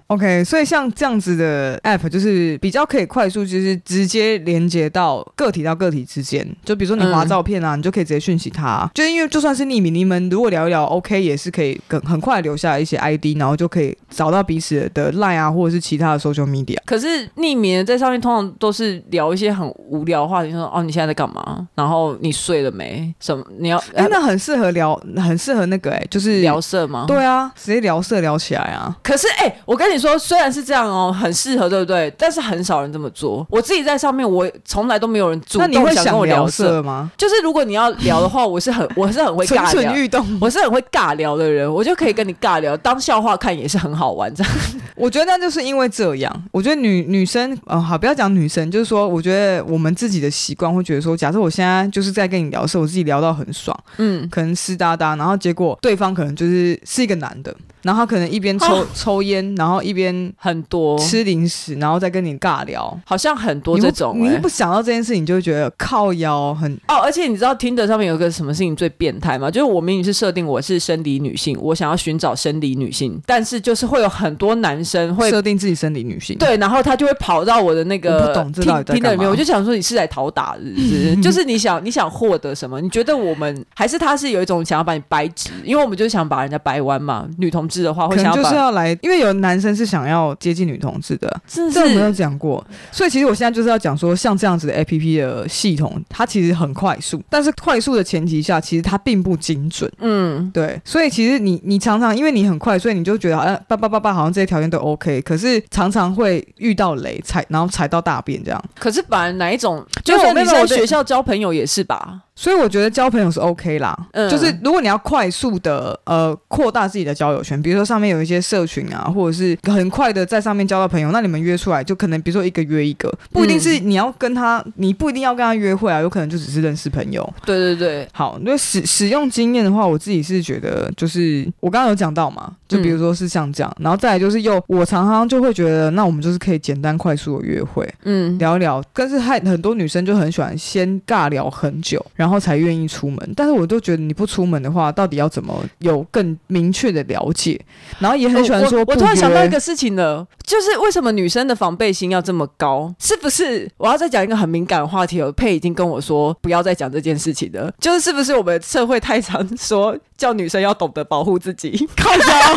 B: OK，所以像这样子的 App 就是比较可以快速，就是直接连接到个体到个体之间。就比如说你划
A: 嗯
B: 照片啊，你就可以直接讯息他。就因为就算是匿名，你们如果聊一聊 OK，也是可以很很快留下一
A: 嗯
B: 些 ID，然后就可以找到彼此的 Line 啊，或者是其他的 social media。
A: 可是匿名的在上面通常都是聊一些很无聊的话题，说哦你现在在干嘛？然后你睡了没？什么你 要、
B: 哎、
A: 呃
B: 那很适合聊，很适合那个哎、就是
A: 聊。色吗？
B: 对啊，直接聊色聊起来啊！
A: 可是，哎、我跟你说，虽然是这样哦，很适合，对不对？但是很少人这么做。我自己在上面，我从来都没有人主
B: 那
A: 动
B: 你会
A: 跟
B: 想
A: 我
B: 聊
A: 聊色。
B: 色吗？
A: 就是如果你要聊的话，我是很我是很会
B: 蠢
A: 尬
B: 蠢
A: 聊，
B: 欲动，
A: 我是很会尬聊的人，我就可以跟你尬聊，当笑话看也是很好玩。这样，
B: 我觉得那就是因为这样，我觉得女女生，呃，好，不要讲女生，就是说，我觉得我们自己的习惯会觉得说，假设我现在就是在跟你聊的时候，我自己聊到很爽，
A: 嗯，
B: 可能湿哒哒，然后结果对方可能就是是一个男的，然后他可能一边 抽、
A: 啊
B: 抽烟，然后一边
A: 很多，
B: 吃零食，然后再跟你尬聊，
A: 好像很多
B: 你
A: 这
B: 会
A: 种、
B: 你
A: 哎
B: 会不想到这件事，你就会觉得靠腰很
A: 哦，而且你知道 Tinder 上面有一个什么事情最变态吗？就是我明明是设定我是生理女性，我想要寻找生理女性，但是就是会有很多男生会
B: 设定自己生理女性，，
A: 对，然后他就会跑到我的那
B: 我
A: 个
B: 不懂这
A: 听
B: 到底在
A: 听的里
B: 干
A: 面，
B: 嘛嗯
A: 我就想说你是来讨打是不 是？就是你想你想获得什么？你觉得我们还是他是有一种想要把你掰直，因为我们就是想把人家掰弯嘛。女同志的话会
B: 可能
A: 想要
B: 就
A: 把，
B: 是要来，因为有男生是想要接近女同志的，
A: 真
B: 这我没有
A: 的是
B: 讲过，所以其实我现在就是要讲说，像这样子的 APP 的系统，它其实很快速，但是快速的前提下，其实它并不精准。
A: 嗯。
B: 对，所以其实你你常常因为你很快，所以你就觉得好像叭叭叭叭，好像这些条件都 OK，可是常常会遇到雷踩，然后踩到大便这样。
A: 可是反而哪一种，
B: 就
A: 就是是
B: 我
A: 你
B: 没有
A: 在
B: 我的
A: 学校交朋友也是吧？
B: 所以我觉得交朋友是 OK 啦，
A: 嗯
B: 就是如果你要快速的呃扩大自己的交友圈，比如说上面有一些社群啊，或者是很快的在上面交到朋友，那你们约出来就可能比如说一个约一个，不一定是你要跟他，你不一定要跟他约会啊，有可能就只是认识朋友。
A: 对对对，
B: 好，那使使用经验的话，我自己是觉得就是我刚刚有讲到嘛，就比如说是像这样，然后再来就是又我常常就会觉得，那我们就是可以简单快速的约会，
A: 嗯，
B: 聊一聊，但是害很多女生就很喜欢先尬聊很久，然后才愿意出门。但是我都觉得你不出门的话，到底要怎么有更明确的了解？然后也很喜欢
A: 哦我
B: 说
A: 我
B: 不
A: 我
B: 约
A: 突然想到一个事情了，就是为什么女生的防备心要这么高？是不是我要再讲一个很敏感的话题了？佩已经跟我说不要再讲这件事情了，就是是不是我们社会太常说叫女生要懂得保护自己？
B: 靠 腰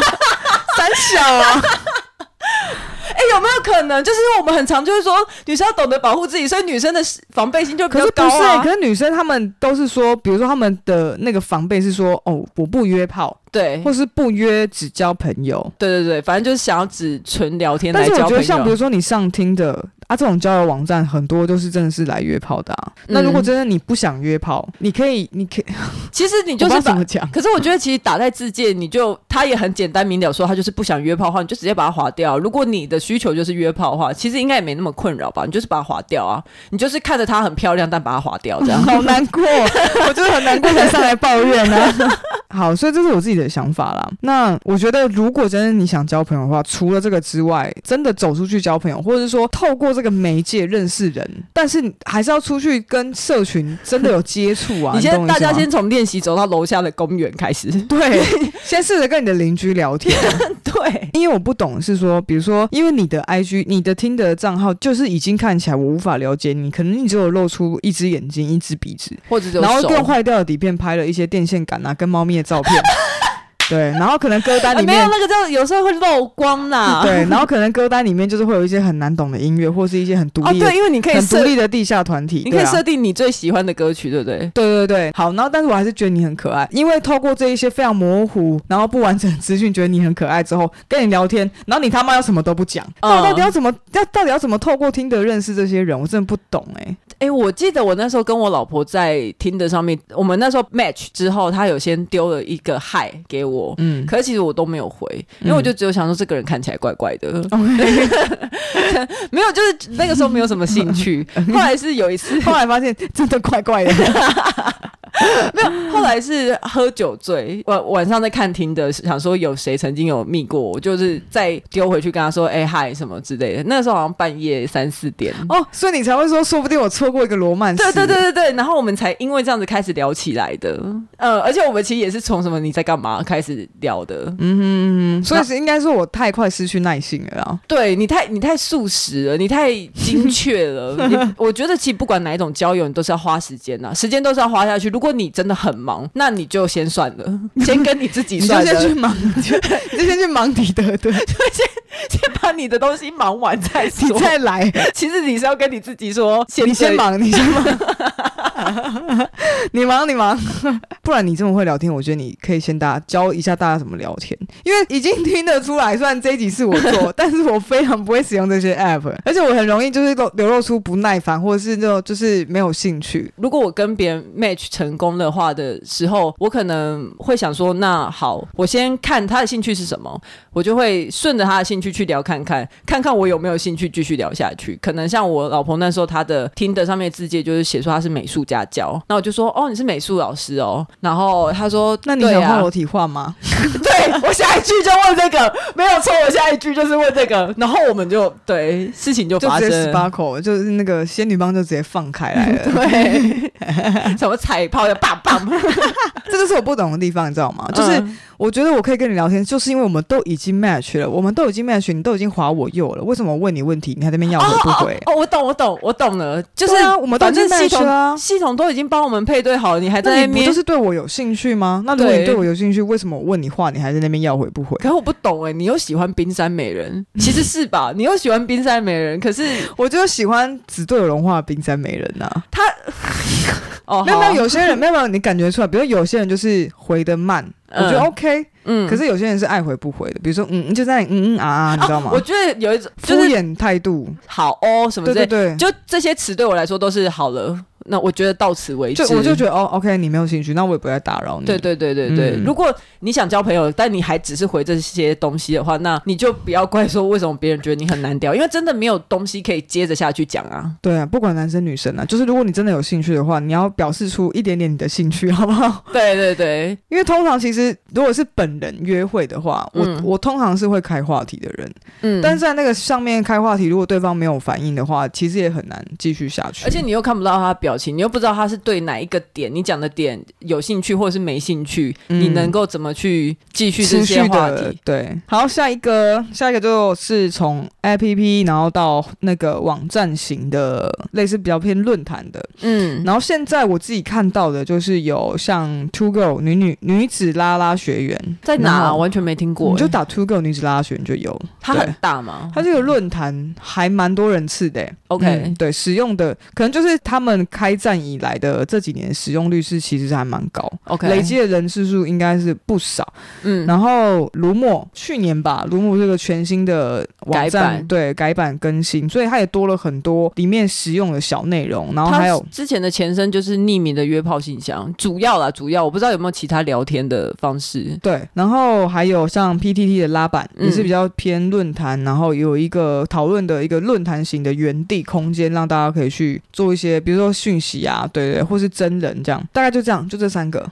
B: 三小啊，
A: 哎、有没有可能就是我们很常就会说女生要懂得保护自己，所以女生的防备心就比
B: 可
A: 较
B: 是不
A: 高
B: 是、欸
A: 啊？
B: 可是女生她们都是说，比如说她们的那个防备是说，哦，我不约炮，
A: 对
B: 或是不约只交朋友。
A: 对对对，反正就是想要只纯聊天
B: 但
A: 来
B: 是我
A: 交
B: 觉
A: 朋
B: 得，像比
A: 友
B: 如。说你上听的啊，这种交友网站很多都是真的是来约炮的、啊。那如果
A: 嗯
B: 真的你不想约炮，你可以，你可以，
A: 其实你就
B: 我不
A: 是
B: 知道怎
A: 把
B: 么讲？
A: 可是我觉得其实打在字界，你就他也很简单明了说，他就是不想约炮的话，你就直接把它划掉。如果你的需求就是约炮的话，其实应该也没那么困扰吧？你就是把它划掉啊，你就是看着 她很漂亮，但把它划掉这样。
B: 好难过，我真的很难过，才上来抱怨呢、啊。 好，所以这是我自己的想法啦。那我觉得，如果真的你想交朋友的话，除了这个之外，真的走出去交朋友，或者是说透过这个媒介认识人，但是还是要出去跟社群真的有接触啊。
A: 你
B: 懂
A: 先，
B: 我意
A: 大
B: 思吗
A: 家先从练习走到楼下的公园开始。
B: 对， 先试着跟你的邻居聊天。
A: 对，
B: 因为我不懂是说，比如说，因为你的 IG、你的听的账号就是已经看起来我无法了解你，可能你只有露出一只眼睛、一只鼻子，
A: 或者只有
B: 然后
A: 手
B: 用坏掉的底片拍了一些电线杆啊跟猫咪的 照片，对，然后可能歌单
A: 啊
B: 里
A: 没有
B: 面。
A: 那个叫有时候会漏光 啦。
B: 对，然后可能歌单里面就是会有一些很难懂的音乐，或是一些很独
A: 哦，
B: 立的、
A: 对，因为你可以
B: 很独
A: 设，
B: 立的地下团体。
A: 你可
B: 对
A: 以
B: 啊
A: 设定你最喜欢的歌曲，对不对？
B: 对对对，好，然后但是我还是觉得你很可爱，因为透过这一些非常模糊、然后不完整的资讯，觉得你很可爱之后，跟你聊天，然后你他妈要什么都不讲，
A: 嗯
B: 那到底要怎么要到底要怎么透过听的认识这些人，我真的不懂哎、
A: 哎，我记得我那时候跟我老婆在听的上面，我们那时候 match 之后，她有先丢了一个嗨给我，
B: 嗯
A: 可是其实我都没有回，因为我就只有想说这个人看起来怪怪的，
B: ，OK，
A: 没有，就是那个时候没有什么兴 趣。后来是有一次，
B: 后来发现真的怪怪的，
A: 没有，后来是喝酒醉，晚晚上在看听的，想说有谁曾经有密过我，就是再丢回去跟他说，哎、嗨什么之类的。那时候好像半夜三四点。
B: 哦，所以你才会说，说不定我错过一个罗曼史，
A: 对对对，对对，然后我们才因为这样子开始聊起来的，呃，而且我们其实也是从什么你在干嘛开始聊的，
B: 嗯，所以是应该说我太快失去耐性了啊，
A: 对你太你太速食了，你太精确 了。你我觉得其实不管哪一种交友，你都是要花时间呐、时间都是要花下去。如果你真的很忙，那你就先算 了，先跟你自己
B: 你就
A: 算了，
B: 先去 忙，你就你就先去忙你的，对，
A: 先把你的东西忙完再
B: 你
A: 说。
B: 再来。
A: 其实你是要跟你自己说，先
B: 你先
A: 忙。
B: 忙，你先 忙，你忙你忙，不然你这么会聊天，我觉得你可以先大家教一下大家怎么聊天，因为已经听得出来，虽然这一集是我 做，但是我非常不会使用这些 app，而且我很容易就是流流露出不耐烦，或者是那种就是没有兴趣。
A: 如果我跟别人 match 成功的话的时候，我可能会想说，那好，我先看他的兴趣是什么，我就会顺着他的兴趣去聊看看，看看我有没有兴趣继续聊下去。可能像我老婆那时候，她的听的上面字界就是写说她是美术家教，那我就说，哦，你是美术老师哦，然后她说，
B: 那你
A: 对
B: 想
A: 啊
B: 画裸体画吗？
A: 对我下一句就问这个，没有错，我下一句就是问这个，然后我们就对事情就
B: 就
A: 发
B: 直
A: 生
B: 接 sparkle，就是那个仙女棒就直接放开来了。 对，
A: 什么彩炮的棒棒，
B: 这就是我不懂的地方，你知道吗？就是
A: 嗯
B: 我觉得我可以跟你聊天，就是因为我们都已经 match 了，我们都已经 match，你都已经划我右了，为什么我问你问题，你还在那边要回不回？
A: 哦，我懂，我懂，我懂了，就是、
B: 对啊我们都
A: 反正
B: 已经
A: 系
B: match
A: 统、
B: 了啊
A: 系统都已经帮我们配对好了，你还在
B: 那
A: 那
B: 你不
A: 边，
B: 就是对我有兴趣吗？那如果
A: 对
B: 你对我有兴趣，为什么我问你话，你还在那边要回不回？
A: 可是我不懂哎、你又喜欢冰山美人，其实是吧？你又喜欢冰山美人， 可是
B: 我就喜欢只对我融化的冰山美人呐、啊
A: 哦，
B: 没有
A: 好
B: 没
A: 啊
B: 有，，有些人没有没有，你感觉出来，比如有些人就是回的慢，
A: 嗯
B: 我觉得 OK，、
A: 嗯
B: 可是有些人是爱回不回的，比如说嗯，就在那里嗯嗯啊啊，你知道吗？
A: 啊我觉得有一种就
B: 敷
A: 是
B: 衍态度，
A: 好哦什么
B: 对
A: 之类
B: 对，对。
A: 就这些词对我来说都是好了。那我觉得到此为止，
B: 就我就觉得哦，OK，你没有兴趣，那我也不会再打扰你。
A: 对对对对对，
B: 嗯
A: 如果你想交朋友，但你还只是回这些东西的话，那你就不要怪说为什么别人觉得你很难聊，因为真的没有东西可以接着下去讲啊。
B: 对啊，不管男生女生啊，就是如果你真的有兴趣的话，你要表示出一点点你的兴趣， 好不好？
A: 对对对，
B: 因为通常其实如果是本人约会的话，我、
A: 嗯
B: 我通常是会开话题的人，
A: 嗯，
B: 但是在那个上面开话题，如果对方没有反应的话，其实也很难继续下去。
A: 而且你又看不到他的表情，你又不知道他是对哪一个点你讲的点有兴趣或者是没兴趣，
B: 嗯
A: 你能够怎么去继续这
B: 持
A: 些
B: 续
A: 话
B: 的
A: 题？
B: 对，好，下一个，下一个就是从 A P P，然后到那个网站型的，类似比较偏论坛的，
A: 嗯，
B: 然后现在我自己看到的就是有像 Two Girl 女女女子拉拉学员
A: 在哪、
B: 然
A: 啊？
B: 后
A: 完全没听过、
B: 你就
A: 欸。
B: 打 Two Girl 女子拉拉学员就有，
A: 它
B: 对
A: 很大吗？
B: 它这个论坛还蛮多人次的欸、
A: OK
B: 嗯对，使用的可能就是他们开战以来的这几年使用率是其实是还蛮高。
A: OK
B: 累，积的人次数应该是不少，
A: 嗯，
B: 然后卢墨去年吧，卢墨这个全新的网
A: 改
B: 站
A: 版
B: 对改版更新，所以它也多了很多里面实用的小内容，然后还有
A: 它之前的前身就是匿名的约炮信箱，主要啦，主要我不知道有没有其他聊天的方 式。
B: 对，然后还有像 PTT 的拉板、
A: 嗯
B: 也是比较偏论坛，然后有一个讨论的一个论坛型的原地空间，让大家可以去做一些，比如说讯息啊，对对，或是真人这样，大概就这样，就这三个。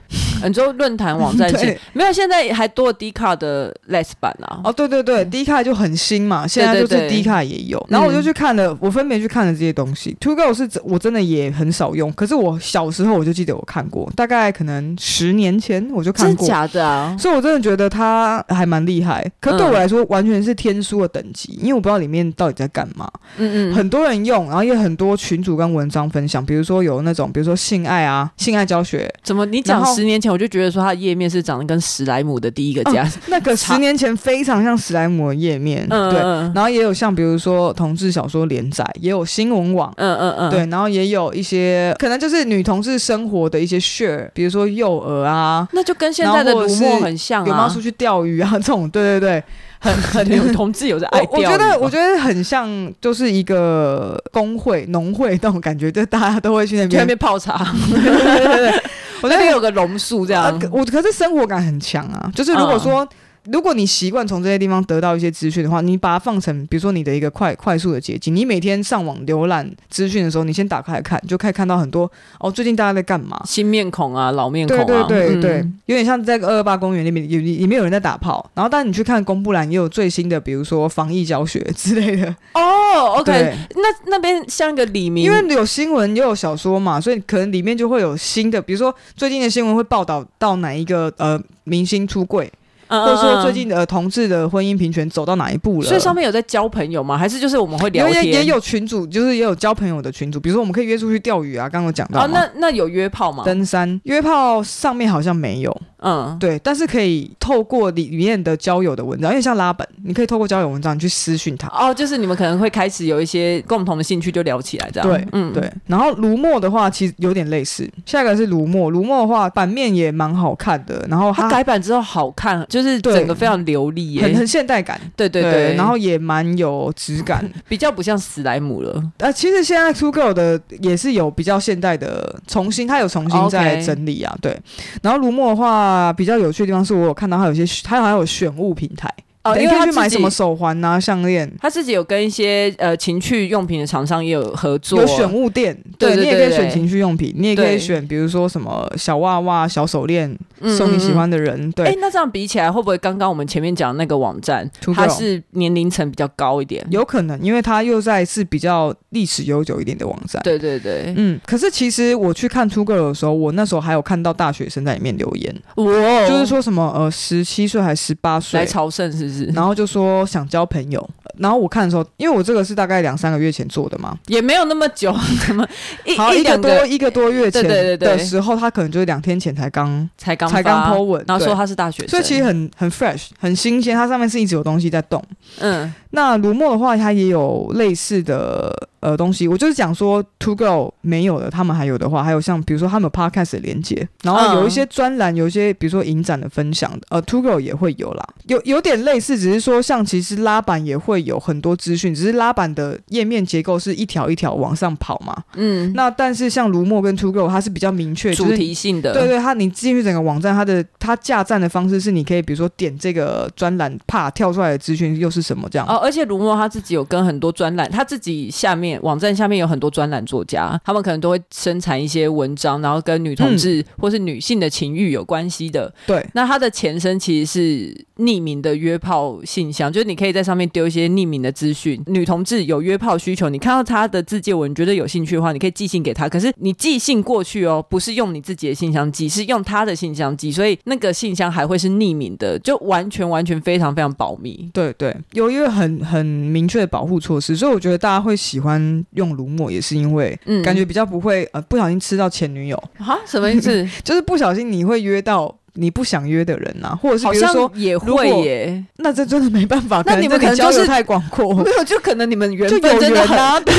A: 你说论坛网站
B: 对
A: 是没有，现在还多 d 卡的 less 版啊。
B: 哦，对对对，D 卡就很新嘛，现在就
A: 对
B: 是 D 卡也有。然后我就去看了，我分别去看了这些东西。To Go 是真我真的也很少用，可是我小时候我就记得我看过，大概可能十年前我就看
A: 真
B: 过。
A: 假的啊？
B: 所以，我真的觉得它还蛮厉害，可对我
A: 嗯
B: 来说完全是天书的等级，因为我不知道里面到底在干嘛。
A: 嗯嗯，
B: 很多人用，然后也很多群主跟文章分享，比如说有那种，比如说性爱啊，性爱教学，
A: 怎么你
B: 然
A: 讲
B: 后
A: 十年前我就觉得说它的页面是长得跟史莱姆的第一个家，
B: 那 个
A: 差
B: 十年前非常像史莱姆的页面，
A: 嗯
B: 对。
A: 嗯
B: 然后也有像比如说同志小说连载，也有新闻网。
A: 嗯嗯嗯，
B: 对，然后也有一些可能就是女同志生活的一些 share，比如说幼儿啊，
A: 那就跟现在的
B: 然后或者
A: 鲁
B: 是
A: 墨很像
B: 有没有
A: 啊
B: 出，去钓鱼啊这种，对对对，
A: 很 很有同志有在 爱
B: 我我
A: 钓鱼吧。
B: 觉得我觉得很像就是一个工会、农会那种感觉，就大家都会去那
A: 去那
B: 边，
A: 边泡茶，
B: 对对对对，我
A: 我
B: 觉
A: 那
B: 得
A: 边有个榕树这
B: 呃
A: 样。
B: 可我可是生活感很强啊，就是如
A: 嗯
B: 果说。如果你习惯从这些地方得到一些资讯的话，你把它放成比如说你的一个快快速的捷径。你每天上网浏览资讯的时候，你先打开来看，就可以看到很多哦，最近大家在干嘛？
A: 新面孔啊，老面孔
B: 对
A: 啊，
B: 对对对，
A: 嗯
B: 有点像在二二八公园那边有里面有人在打炮，然后但你去看公布栏也有最新的，比如说防疫教学之类的。
A: 哦，OK，
B: 对，
A: 那那边像一个李明，
B: 因为有新闻也有小说嘛，所以可能里面就会有新的，比如说最近的新闻会报道到哪一个呃明星出柜，
A: 嗯
B: 或者
A: 嗯
B: 说
A: 嗯
B: 最近的同志的婚姻平权走到哪一步了？
A: 所以上面有在交朋友吗？还是就是我们会
B: 因
A: 聊
B: 为
A: 天？
B: 也也有群主，就是也有交朋友的群主，比如说我们可以约出去钓鱼啊，刚刚有讲到
A: 哦，
B: 嘛、
A: 那那有约炮吗？
B: 登山约炮上面好像没有，
A: 嗯，
B: 对，但是可以透过里面的交友的文章，因为像拉本，你可以透过交友文章你去私讯他。
A: 哦，就是你们可能会开始有一些共同的兴趣就聊起来这样。
B: 对，
A: 嗯，
B: 对，然后卢墨的话其实有点类似，下一个是卢墨，卢墨的话版面也蛮好看的，然后
A: 它
B: 它
A: 改版之后好看，就是
B: 啊对
A: 整个非常流利耶、
B: 很很现代感，
A: 对对对，
B: 然后也蛮有质感，
A: 比较不像史莱姆了。
B: 呃，其实现在 Two Girl 的也是有比较现代的重新，它有重新在
A: 哦 OK
B: 整理啊对。然后卢墨的话，比较有趣的地方是我有看到它有一些，它还有选物平台，
A: 哦，
B: 你
A: 因为
B: 可
A: 他
B: 以去
A: 自
B: 买
A: 己
B: 什么手环啊、项链，
A: 他自己有跟一些呃情趣用品的厂商也有合作，
B: 有选物店，
A: 对对
B: 你也可
A: 对
B: 以选
A: 对
B: 情趣用品，你也可以
A: 对
B: 选，比如说什么小袜袜、小手链，
A: 嗯
B: 送你喜。
A: 嗯嗯
B: 欢的人，
A: 哎、
B: 对，
A: 那这样比起来，会不会刚刚我们前面讲那个网站
B: Two，
A: 它
B: Girl
A: 是年龄层比较高一点？
B: 有可能，因为它又在是比较历史悠久一点的网站。
A: 对对对，
B: 嗯，可是其实我去看 Two Girl 的时候，我那时候还有看到大学生在里面留言，
A: 哇
B: 嗯就是说什么呃十七岁还是十八岁
A: 哦来，朝圣是不是？
B: 然后就说想交朋友。然后我看的时候，因为我这个是大概两三个月前做的嘛，
A: 也没有那么久，怎么一
B: 好
A: 一
B: 一个
A: 两
B: 多
A: 个
B: 一个多月前
A: 对对对对
B: 的时候，他可能就是两天前才刚
A: 才刚
B: 才刚
A: 发
B: po 文，
A: 然后
B: 对
A: 说他是大学生，
B: 所以其实很很 fresh，很新鲜，它上面是一直有东西在动。
A: 嗯
B: 那卢墨的话，它也有类似的呃东西。我就是讲说，Two Girl 没有的，他们还有的话，还有像比如说他们有 Podcast 的连接，然后有一些专栏，有一些比如说影展的分享，呃，Two Girl 也会有啦。有有点类似，只是说像其实拉板也会有很多资讯，只是拉板的页面结构是一条一条往上跑嘛。
A: 嗯，
B: 那但是像卢墨跟 Two Girl，它是比较明确，就
A: 主
B: 是
A: 题性的，
B: 对对，它你进去整个网站，它的它架站的方式是，你可以比如说点这个专栏，啪跳出来的资讯又是什么这样。
A: 哦，而且卢墨他自己有跟很多专栏，他自己下面网站下面有很多专栏作家，他们可能都会生产一些文章，然后跟女同志或是女性的情欲有关系的。
B: 对，
A: 那它的前身其实是匿名的约炮信箱，就是你可以在上面丢一些匿名的资讯。女同志有约炮需求，你看到她的自介文，你觉得有兴趣的话，你可以寄信给她。可是你寄信过去哦，不是用你自己的信箱寄，是用她的信箱寄，所以那个信箱还会是匿名的，就完全完全非常非常保密。
B: 对对，有一个很很明确的保护措施，所以我觉得大家会喜欢用卢墨，也是因为
A: 嗯
B: 感觉比较不会呃不小心吃到前女友，
A: 啊，什么意 思？
B: 就是不小心你会约到你不想约的人呐、啊或者是
A: 好
B: 比如说
A: 像也
B: 如果
A: 会耶，
B: 那这真的没办法，
A: 那你们
B: 可能
A: 可能
B: 这里交
A: 就
B: 友
A: 是
B: 太广阔，
A: 没有，就可能你们缘
B: 就有
A: 分真的
B: 缘
A: 很
B: 啊，对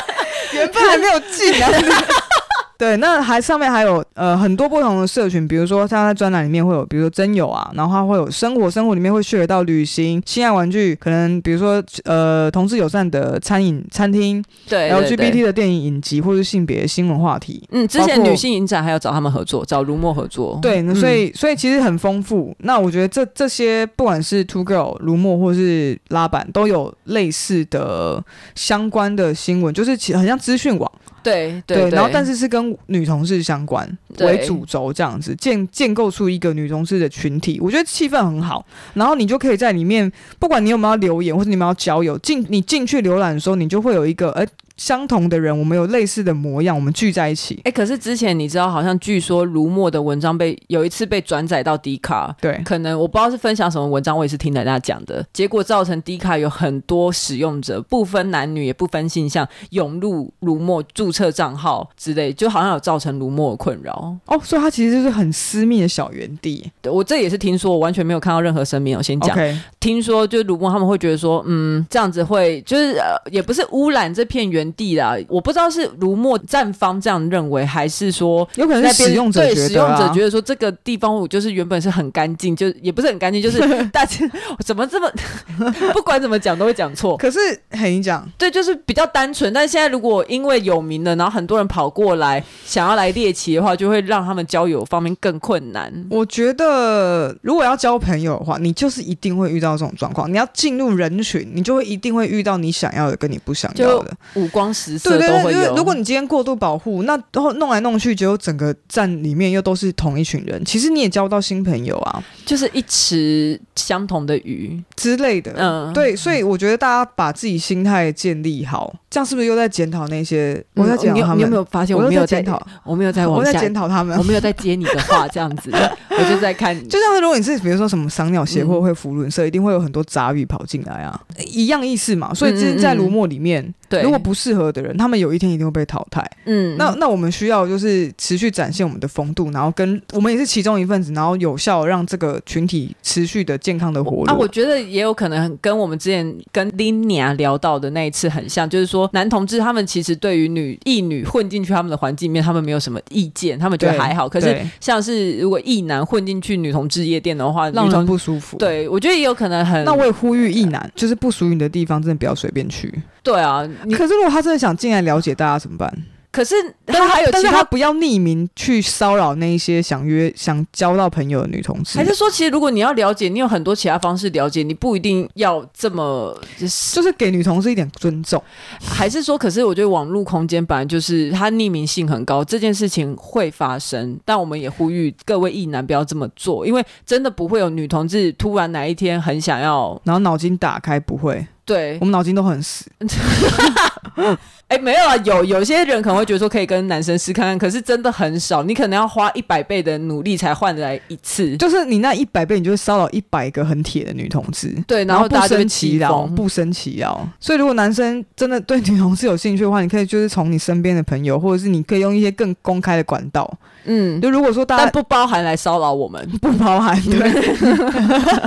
B: 缘分还没有尽 啊。对，那还上面还有呃很多不同的社群，比如说像在专栏里面会有，比如说真友啊，然后它会有生活，生活里面会 share 到旅行、性爱玩具，可能比如说呃同志友善的餐饮餐厅、
A: 对 对对
B: LGBT 的电影影集或是性别新闻话题。
A: 嗯，之
B: 包
A: 前
B: 括
A: 女性影展还有找他们合作，找卢墨合作。
B: 对，那
A: 嗯
B: 所以、所以其实很丰富。那我觉得这这些不管是 Two Girl、卢墨或是拉板，都有类似的相关的新闻，就是其很像资讯网。
A: 对
B: 对，然后但
A: 是
B: 是是跟女同事相关
A: 对
B: 为主轴这样子，建建构出一个女同事的群体，我觉得气氛很好。然后你就可以在里面，不管你有没有要留言或者你们要交友，进你进去浏览的时候，你就会有一个哎、相同的人，我们有类似的模样，我们聚在一起。
A: 哎，可是之前你知道，好像据说卢墨的文章被有一次被转载到迪卡，
B: 对，
A: 可能我不知道是分享什么文章，我也是听人家讲的，结果造成 D 卡有很多使用者不分男女也不分性向涌入卢墨注册账号之类，就好像有造成卢墨的困扰。
B: 哦，所以它其实就是很私密的小园地。
A: 对我这也是听说，我完全没有看到任何声明。哦我先讲
B: OK，
A: 听说就卢墨他们会觉得说，嗯，这样子会就是呃，也不是污染这片园地啦。我不知道是卢墨站方这样认为，还是说
B: 有可能
A: 那
B: 是使
A: 边
B: 用者
A: 对
B: 觉
A: 使
B: 得、
A: 用
B: 啊，
A: 者觉得说这个地方我就是原本是很干净，就也不是很干净，就是 大家怎么这么不管怎么讲都会讲错。
B: 可是嘿，你讲，
A: 对，就是比较单纯。但现在如果因为有名了，然后很多人跑过来想要来猎奇的话，就会让他们交友方面更困难。
B: 我觉得如果要交朋友的话，你就是一定会遇到这种状况。你要进入人群，你就会一定会遇到你想要的跟你不想要的。
A: 五光十色
B: 对对
A: 都
B: 对，
A: 会
B: 因为
A: 有。
B: 如果你今天过度保护，那然后弄来弄去，结果整个站里面又都是同一群人，其实你也交不到新朋友啊
A: 就是一池相同的鱼，
B: 之类的。
A: 嗯，
B: 呃对，所以我觉得大家把自己心态建立好，这样是不是又在检讨那些？我在检
A: 嗯你有
B: 讨他
A: 你有
B: 们，
A: 没有发现
B: 我
A: 我
B: 又
A: 没有
B: 检讨，
A: 我没有在
B: 我
A: 往
B: 在
A: 下
B: 检，讨他们
A: 我。没有在接你的话，这样 子，我就在看你。
B: 就像是如果你是比如说什么赏鸟协会
A: 嗯
B: 或福伦社，一定会有很多杂鱼跑进来啊，一样意思嘛。所以这
A: 嗯嗯
B: 在
A: 嗯
B: 卢墨里面，
A: 对，
B: 如果不适合的人，他们有一天一定会被淘汰。
A: 嗯，
B: 那那我们需要就是持续展现我们的风度，然后跟我们也是其中一份子，然后有效让这个群体持续的健康的活
A: 啊，我
B: 络。
A: 觉得也有可能跟我们之前跟 Linia 聊到的那一次很像，就是说男同志他们其实对于女异女混进去他们的环境里面，他们没有什么意见，他们觉得
B: 对
A: 还好。可是
B: 对
A: 像是如果异男混进去女同志夜店的话，
B: 让
A: 女同
B: 人不舒服。，
A: 对嗯我觉得也有可能很
B: 那我也呼吁一男，就是不属于你的地方，真的不要随便去。
A: 对啊，你
B: 可是如果他真的想进来了解大家怎么办？
A: 可是他还有
B: 但
A: 其
B: 是他
A: 他。
B: 不要匿名去骚扰那一些想约、想交到朋友的女同志。
A: 还是说，其实如果你要了解，你有很多其他方式了解，你不一定要这么
B: 就是给女同事一点尊重。
A: 还是说，可是我觉得网络空间本来就是它匿名性很高，这件事情会发生，但我们也呼吁各位异男不要这么做，因为真的不会有女同志突然哪一天很想要
B: 然后脑筋打开不会，
A: 对
B: 我，们脑筋都很死。
A: 哎、没有啊，有有些人可能会觉得说可以跟男生试看看，可是真的很少，你可能要花一百倍的努力才换来一次，
B: 就是你那一百倍，你就会骚扰一百个很铁的女同志。
A: 对，
B: 然
A: 后
B: 不
A: 大家就被
B: 生
A: 气
B: 其扰，
A: 疯，
B: 不生其扰。所以，如果男生真的对女同事有兴趣的话，你可以就是从你身边的朋友，或者是你可以用一些更公开的管道。
A: 嗯，
B: 就如果说大
A: 但
B: 家
A: 不包含来骚扰我们，
B: 不包含， 对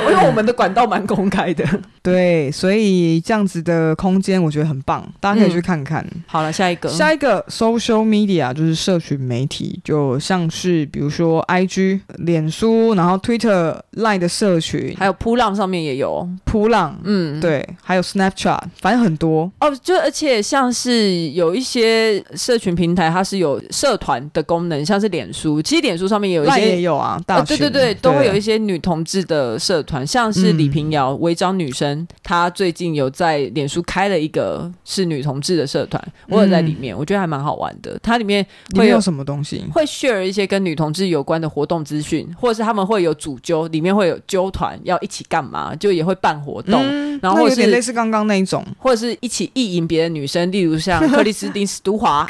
A: 因为我们的管道蛮公开的。
B: 对，所以这样子的空间我觉得很棒，大
A: 嗯
B: 家可以去看看。
A: 好了，下一个，
B: 下一个 social media 就是社群媒体，就像是比如说 IG、脸书，然后 Twitter、Line 的社群，
A: 还有扑浪上面也有，
B: 扑浪，
A: 嗯，。
B: 对，还有 Snapchat，反正很多。
A: 哦，就而且像是有一些社群平台，它是有社团的功能，像是脸书，其实脸书上面也有一
B: Line 也
A: 些。
B: 有啊，大
A: 哦，
B: 学、
A: 对对对，都会有一
B: 些
A: 些女同志的社团，像是
B: 嗯
A: 李平遥《违章女生》，她最近有在脸书开了一个是女同志的社团，我有在里面，我觉得还蛮好玩的。它里面
B: 里面
A: 会有
B: 有什么东西？
A: 会 share 一些跟女同志有关的活动资讯，或者是他们会有组揪，里面会有揪团要一起干嘛，就也会办活动。
B: 嗯
A: 然后
B: 那
A: 或
B: 有点
A: 是
B: 类似刚刚那 一种，
A: 或者是一起意淫别的女生，例如像克里斯汀·史都 华，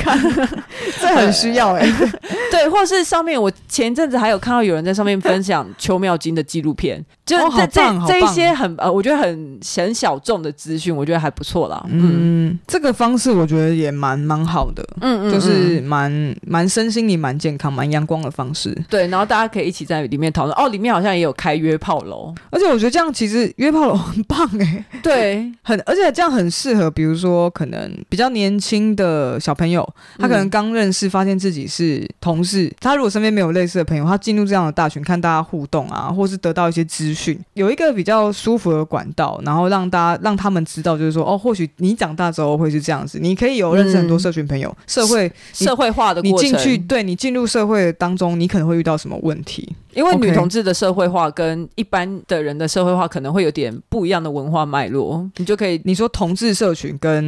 B: 这很需要哎、
A: 对，或是上面我前阵子还有看到有人在上面分享邱妙金的纪录片，就
B: 哦
A: 这、
B: 好棒
A: 这
B: 好
A: 这一
B: 棒
A: 些很呃，我觉得很很小众的资讯，我觉得还不错啦。 嗯
B: 嗯，这个方式我觉得也蛮蛮好的，
A: 嗯嗯，
B: 就是
A: 嗯
B: 蛮蛮身心灵蛮健康、蛮阳光的方式。
A: 对，然后大家可以一起在里面讨论。哦，里面好像也有开约炮楼，
B: 而且我觉得这样其实约炮楼很棒哎、
A: 对，
B: 很，而且这样很适合，比如说可能比较年轻的小朋友，他可能
A: 嗯
B: 刚认识，发现自己是同事，他如果身边没有类似的朋友，他进入这样的大群，看大家互动啊，或是得到一些资讯，有一个比较舒服的管道，然后让大家让他们知道，就是说哦，或许你长大之后会是这样子，你可以有认识很多
A: 嗯
B: 社群朋友，社会你
A: 社会化的
B: 你
A: 过程。
B: 进去，对你进入社会当中，你可能会遇到什么问题？
A: 因为女
B: OK
A: 同志的社会化跟一般的人的社会化可能会有点不一样的文化脉络，你就可以
B: 你说同志社群跟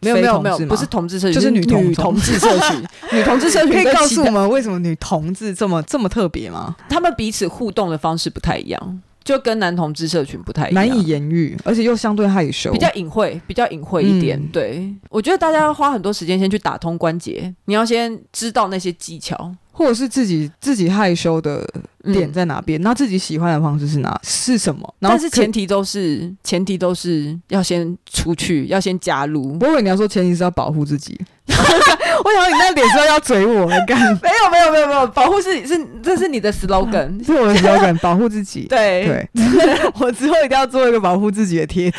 A: 没有没有没
B: 非同志
A: 有，
B: 吗
A: 不是同志社群，
B: 就是女
A: 女
B: 同
A: 同志社 群，女同志社群
B: 可以
A: 在
B: 告
A: 期
B: 诉
A: 待
B: 我们为什么女同志这么这么特别吗？
A: 他们彼此互动的方式不太一样，就跟男同志社群不太一样，
B: 难以言喻，而且又相对害羞，
A: 哎比较隐晦，比较隐晦一点。
B: 嗯
A: 对，我觉得大家要花很多时间先去打通关节，你要先知道那些技巧。
B: 或者是自己自己害羞的
A: 嗯
B: 点在哪边，那自己喜欢的方式是哪是什么？然后
A: 但是
B: 可以
A: 前提都是前提都是要先出去，要先加入。
B: 我以为你要说前提是要保护自己，我想说你那脸是要嘴我了，干，
A: 没有没有没有没有，保护是是这是你的 slogan，
B: 是我的标准，保护自己。
A: 对
B: 嗯对，我之后一定要做一个保护自己的贴纸，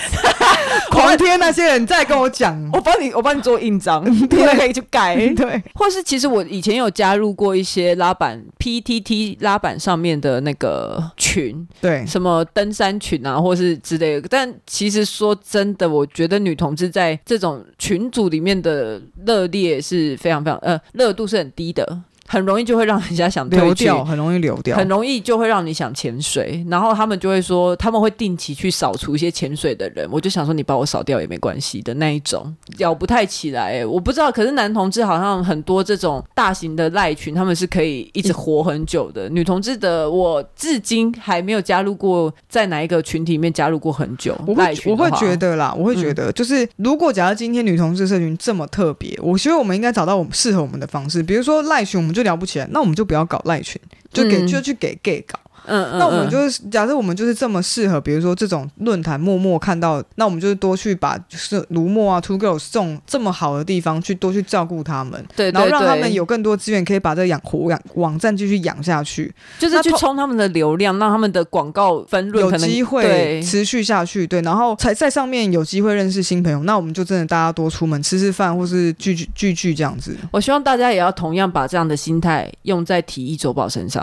B: 狂贴那些人再跟我讲。
A: 我帮你我帮你做印章，你
B: 嗯对嗯
A: 也可以去改。
B: 对，
A: 或是其实我以前有加入过一些拉板 PTT 拉板上面的那个群，
B: 对，
A: 什么登山群啊，或是之类的。但其实说真的，我觉得女同志在这种群组里面的热烈是非常非常呃热度是很低的，很容易就会让人家想退
B: 流
A: 去。
B: 掉很容易流掉，
A: 很容易就会让你想潜水，然后他们就会说他们会定期去扫除一些潜水的人，我就想说你把我扫掉也没关系的那一种，咬不太起来、欸，我不知道。可是男同志好像很多这种大型的赖群，他们是可以一直活很久的。女同志的我至今还没有加入过，在哪一个群体里面加入过很久
B: 我
A: 赖
B: 会
A: 群
B: 我
A: 的
B: 会
A: 话嗯
B: 觉得啦，我会觉得、就是，如果假如今天女同志社群这么特别，我觉得我们应该找到我们适合我们的方式。比如说赖群，我们就聊不起来，那我们就不要搞赖群，就给、
A: 嗯
B: 就去给 gay 搞。
A: 嗯嗯，
B: 那我们
A: 嗯
B: 就是假设我们就是这么适合，比如说这种论坛默默看到，那我们就是多去把就是卢墨啊、Two Girls 这种这么好的地方去多去照顾他们。
A: 对对对，
B: 然后让他们有更多资源，可以把这个养活养网站继续养下去，
A: 就是
B: 那
A: 去
B: 通
A: 冲他们的流量，让他们的广告分润
B: 有
A: 可能
B: 机会
A: 对
B: 持续下去，对，然后才在上面有机会认识新朋友。那我们就真的大家多出门吃吃饭，或是聚聚聚聚这样子。
A: 我希望大家也要同样把这样的心态用在体育走宝 身上，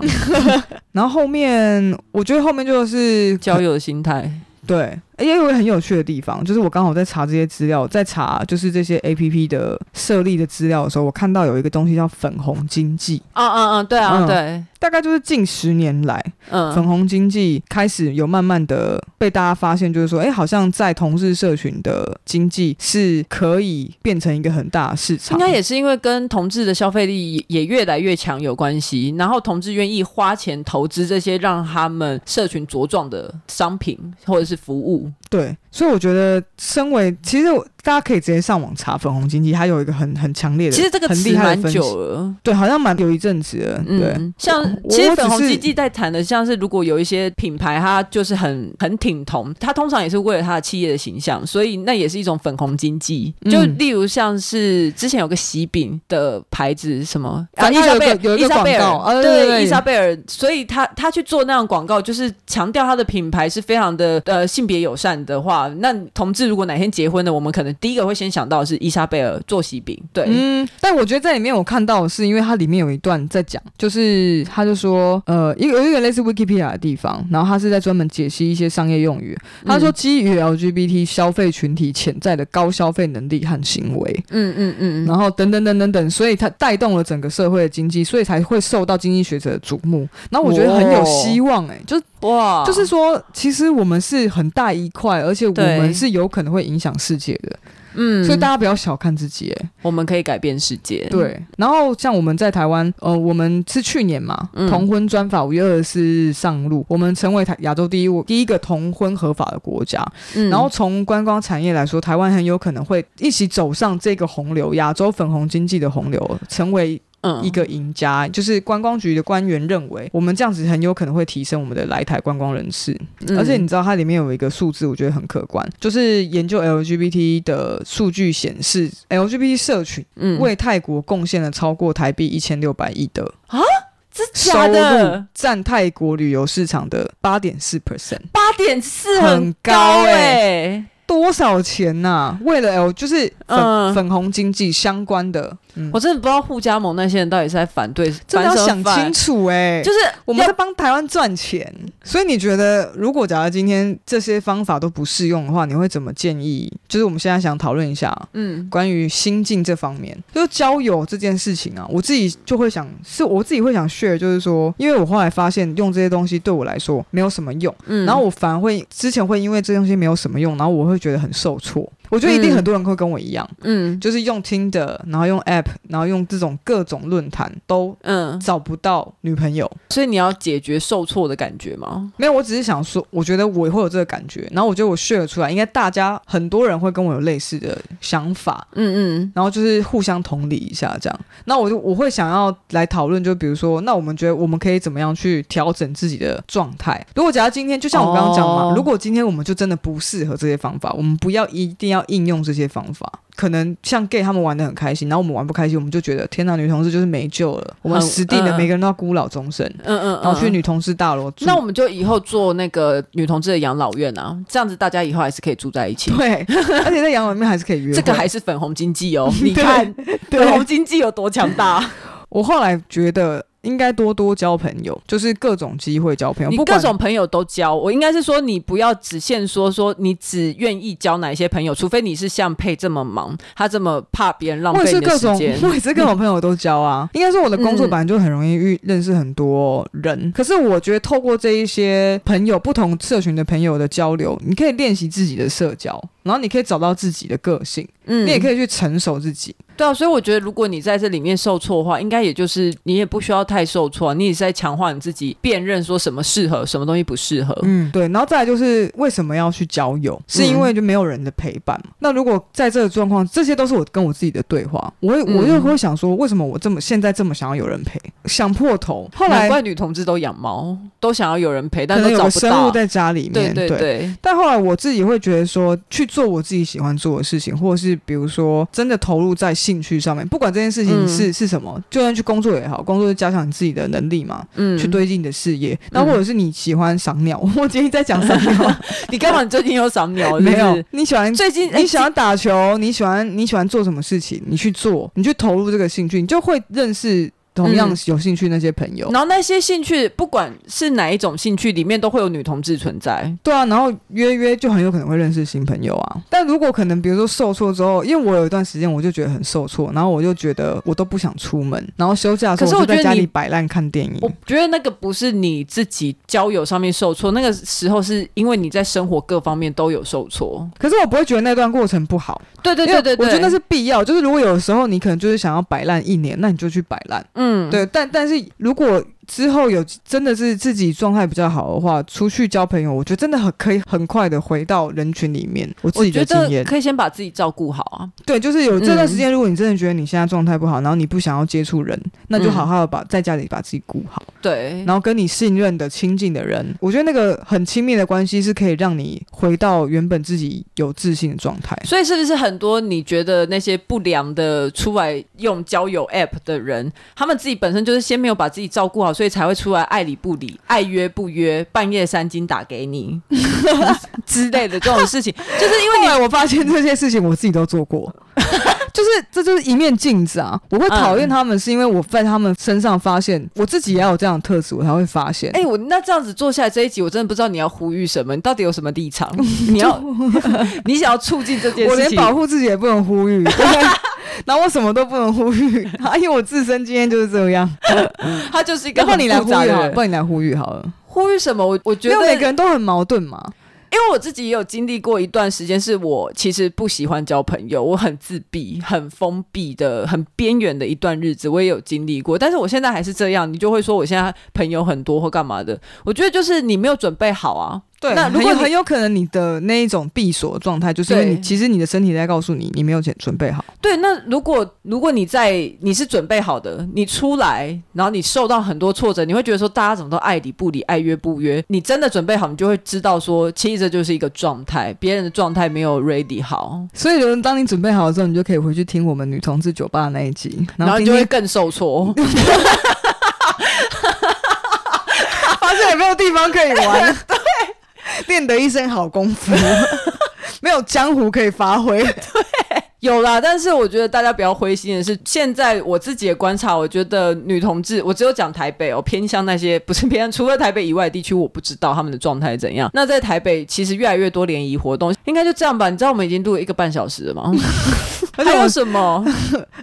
B: 然后后面我觉得后面就是
A: 交友的心态。
B: 对，也有一个很有趣的地方，就是我刚好在查这些资料，在查就是这些 A P P 的设立的资料的时候，我看到有一个东西叫粉红经济，
A: 嗯嗯嗯，对啊，
B: 嗯
A: 对，
B: 大概就是近十年来粉
A: 嗯，
B: 红经济开始有慢慢的被大家发现，就是说，哎、好像在同志社群的经济是可以变成一个很大的市场。
A: 应该也是因为跟同志的消费力也也越来越强有关系，然后同志愿意花钱投资这些让他们社群茁壮的商品或者是服务。
B: 对，所以我觉得，身为其实我大家可以直接上网查粉红经济，它有一个很很强烈的，
A: 其实这个
B: 很
A: 词
B: 厉害
A: 蛮
B: 的分析
A: 久。了。
B: 对，好像蛮有一阵子了。对，
A: 嗯，像
B: 我
A: 其实
B: 我
A: 粉
B: 只
A: 红
B: 是
A: 基地在谈的，像是如果有一些品牌，它就是很很挺同，它通常也是为了它的企业的形象，所以那也是一种粉红经济。
B: 嗯
A: 就例如像是之前有个喜饼的牌子，什么啊，
B: 反
A: 伊
B: 正
A: 莎贝
B: 有一个有
A: 尔，
B: 一个
A: 伊莎贝
B: 广告啊
A: 尔，
B: 对对对
A: 伊莎贝尔，所以他他去做那样广告，就是强调他的品牌是非常的呃性别友善的话，那同志如果哪天结婚了，我们可能第一个会先想到的是伊莎贝尔做喜饼，对，
B: 嗯，但我觉得在里面我看到的是，因为它里面有一段在讲，就是他就说，呃，一个有一个类似 Wikipedia 的地方，然后他是在专门解析一些商业用语。他
A: 嗯
B: 说，基于 LGBT 消费群体潜在的高消费能力和行为，
A: 嗯嗯嗯嗯
B: 然后等等等等等，所以它带动了整个社会的经济，所以才会受到经济学者的瞩目。那我觉得很有希望、欸，哎，就是
A: 哇，
B: 就是说，其实我们是很大一块，而且我
A: 对
B: 们是有可能会影响世界的，
A: 嗯，
B: 所以大家不要小看自己、欸，
A: 我们可以改变世界。，
B: 对，然后像我们在台湾，呃，我们是去年嘛，
A: 嗯
B: 同婚专法五月二十四上路，我们成为台亚洲第一第一个同婚合法的国家。
A: 嗯
B: 然后从观光产业来说，台湾很有可能会一起走上这个洪流，亚洲粉红经济的洪流，成为
A: 嗯
B: 一个赢家。就是观光局的官员认为，我们这样子很有可能会提升我们的来台观光人士。
A: 嗯
B: 而且你知道它里面有一个数字，我觉得很可观，就是研究 LGBT 的数据显示，LGBT 社群
A: 嗯
B: 为泰国贡献了超过台币一千六百亿的
A: 这
B: 收
A: 啊假
B: 入
A: 的，
B: 占泰国旅游市场的八点四 percent，
A: 八点四
B: 很
A: 高
B: 高欸
A: 哎、
B: 多少钱呐、为了 L 就是粉、
A: 嗯
B: 粉红经济相关的，嗯，
A: 我真的不知道互加盟那些人到底是在反对，
B: 真的
A: 反
B: 要
A: 什
B: 想
A: 么
B: 清
A: 反，
B: 楚哎、
A: 就是
B: 我们
A: 要
B: 在帮台湾赚钱，所以你觉得，如果假如今天这些方法都不适用的话，你会怎么建议？就是我们现在想讨论一下，
A: 嗯
B: 关于心境这方面，就是交友这件事情啊，我自己就会想，是我自己会想 share，就是说，因为我后来发现用这些东西对我来说没有什么用，
A: 嗯，
B: 然后我反而会之前会因为这东西没有什么用，然后我会觉得很受挫。我觉得一定
A: 嗯
B: 很多人会跟我一样，
A: 嗯
B: 就是用听的，然后用 App，然后用这种各种论坛都
A: 嗯，
B: 找不到女朋友。
A: 所以你要解决受挫的感觉吗？
B: 没有，我只是想说，我觉得我会有这个感觉，然后我觉得我 share 出来，应该大家很多人会跟我有类似的想法，
A: 嗯
B: 然后就是互相同理一下这样。那我就我会想要来讨论，就比如说，那我们觉得我们可以怎么样去调整自己的状态？如果假如今天，就像我刚刚讲嘛，
A: 哦
B: 如果今天我们就真的不适合这些方法，我们不要一定要应用这些方法。可能像 gay 他们玩的很开心，然后我们玩不开心，我们就觉得天哪，女同志就是没救了，我们
A: 很
B: 死定了，
A: 嗯
B: 每个人都要孤老终生。
A: 嗯嗯嗯，
B: 然后去女同志大楼住，
A: 那我们就以后做那个女同志的养老院啊，这样子大家以后还是可以住在一起。
B: 对，而且在养老里面还是可以约会。
A: 这个还是粉红经济 哦，你看粉红
B: 对，
A: 经济有多强大，
B: 我后来觉得应该多多交朋友，就是各种机会交朋友，
A: 你
B: 不
A: 各
B: 管
A: 种朋友都交。我应该是说，你不要只限说说你只愿意交哪一些朋友，除非你是像佩这么忙，他这么怕别人浪
B: 我也
A: 费
B: 是
A: 你
B: 各
A: 的
B: 种
A: 时，间。
B: 我也是各种朋友都 交啊。应该说我的工作
A: 嗯
B: 本来就很容易遇认识很多人，可是我觉得透过这一些朋友不同社群的朋友的交流，你可以练习自己的社交，然后你可以找到自己的个性，
A: 嗯
B: 你也可以去成熟自己。
A: 对啊，所以我觉得，如果你在这里面受挫的话，应该也就是你也不需要太受挫啊、你也是在强化你自己辨认说什么适合，什么东西不适合。
B: 嗯，对，然后再来就是为什么要去交友，是因为
A: 嗯
B: 就没有人的陪伴嘛。那如果在这个状况，这些都是我跟我自己的对话，我会我就
A: 嗯
B: 会想说，为什么我这么现在这么想要有人陪，想破头。后
A: 难
B: 来
A: 怪女同志都养猫，都想要有人陪，
B: 可
A: 但
B: 能
A: 都
B: 有
A: 找
B: 个
A: 不
B: 生物
A: 到。
B: 在家里面，
A: 对对
B: 对
A: 对，
B: 但后来我自己会觉得说，去做我自己喜欢做的事情，或者是比如说真的投入在兴趣上面，不管这件事情
A: 嗯
B: 是、是什么，就算去工作也好，工作就加强你自己的能力嘛，
A: 嗯，
B: 去堆积你的事业。那、
A: 嗯
B: 或者是你喜欢赏鸟，我今天在讲赏 鸟，
A: 你干嘛？你最近有赏鸟？
B: 没
A: 哦是不
B: 有
A: 是，
B: 你喜欢。
A: 最近
B: 你喜欢打球，你喜欢你喜欢做什么事情，你去做，你去投入这个兴趣，你就会认识同样
A: 嗯
B: 有兴趣那些朋友。
A: 然后那些兴趣，不管是哪一种兴趣，里面都会有女同志存在。
B: 对啊，然后约约就很有可能会认识新朋友啊。但如果可能，比如说受挫之后，因为我有一段时间我就觉得很受挫，然后我就觉得我都不想出门，然后休假的时
A: 可是
B: 候
A: 我
B: 就在
A: 觉得
B: 家
A: 你
B: 里摆烂看电影。
A: 我觉得那个不是你自己交友上面受挫，那个时候是因为你在生活各方面都有受挫。
B: 可是我不会觉得那段过程不好，
A: 对对
B: 因为
A: 对对对，
B: 我觉得那是必要。就是如果有时候你可能就是想要摆烂一年，那你就去摆烂。
A: 嗯，
B: 对，但但是如果之后有真的是自己状态比较好的话，出去交朋友，我觉得真的很可以很快的回到人群里面。我自
A: 我
B: 己
A: 觉
B: 的经
A: 得
B: 验，
A: 可以先把自己照顾好啊。
B: 对，就是有这段时间，如果你真的觉得你现在状态不好，然后你不想要接触人，那就好好的把、在家里把自己顾好，
A: 对，
B: 然后跟你信任的亲近的人，我觉得那个很亲密的关系是可以让你回到原本自己有自信的状态。
A: 所以是不是很多你觉得那些不良的出来用交友 App 的人，他们自己本身就是先没有把自己照顾好，所以才会出来爱理不理、爱约不约、半夜三更打给你 之类的这种事情，就是因为
B: 后
A: 你
B: 来我发现这些事情我自己都做 过，就是这就是一面镜子啊！我会讨厌他们，是因为我在他们身上发现我自己也有这样的特质，我才会发现。
A: 哎、我那这样子做下来这一集，我真的不知道你要呼吁什么，你到底有什么立 场？你要 你想要促进这件
B: 我
A: 事
B: 连
A: 情？
B: 保护自己也不能呼吁， 然后我什么都不能呼吁， 啊因为我自身经验就是这样。
A: 他就是一个
B: 要不
A: 很
B: 你来
A: 复
B: 呼
A: 杂
B: 吁
A: 的
B: 好了，不
A: 人。
B: 然你来呼吁好了。
A: 呼吁什么？我我觉
B: 因为
A: 得
B: 每个人都很矛盾嘛。
A: 因为我自己也有经历过一段时间，是我其实不喜欢交朋友，我很自闭、很封闭的、很边缘的一段日子，我也有经历过。但是我现在还是这样，你就会说我现在朋友很多或干嘛的。我觉得就是你没有准备好啊。那
B: 那
A: 如
B: 如
A: 果
B: 果
A: 你
B: 很有可能你的那一种闭锁状态，就是因为你
A: 对
B: 其实你的身体在告诉你，你没有准准备好。
A: 对，那如果如果你在你是准备好的，你出来，然后你受到很多挫折，你会觉得说大家怎么都爱理不理，爱约不约。你真的准备好，你就会知道说，其实这就是一个状态，别人的状态没有 ready 好，
B: 所以，当你准备好的时候，你就可以回去听我们女同志酒吧那一集，
A: 然后
B: 后
A: 你
B: 今
A: 就会
B: 天
A: 更受挫。
B: 发现有没有地方可以玩， 对， 练得一身好功夫，没有江湖可以发挥。
A: 有啦，但是我觉得大家不要灰心的是，现在我自己的观察，我觉得女同志，我只有讲台北哦，偏向那些不是偏向，除了台北以外的地区，我不知道他们的状态怎样。那在台北，其实越来越多联谊活动，应该就这样吧。你知道我们已经录了一个半小时了 吗？
B: 而且
A: 还
B: 我
A: 有什么？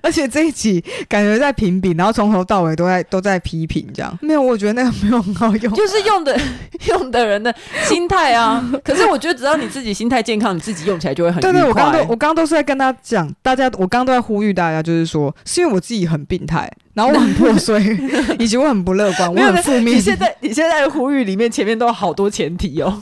B: 而且这一集感觉在评比，然后从头到尾都在都在批评，这样没有，我觉得那个没有很好用。
A: 就是用的用的人的心态啊。可是我觉得只要你自己心态健康，你自己用起来就会很愉
B: 对
A: 快。
B: 对，我刚刚都我刚刚都是在跟他讲，大家我刚刚都在呼吁大家，就是说，是因为我自己很病态，然后我很 破碎，以及我很不乐观，我
A: 没有
B: 很负
A: 你
B: 面，
A: 现在你现在的呼吁里面前面都有好多前提哦。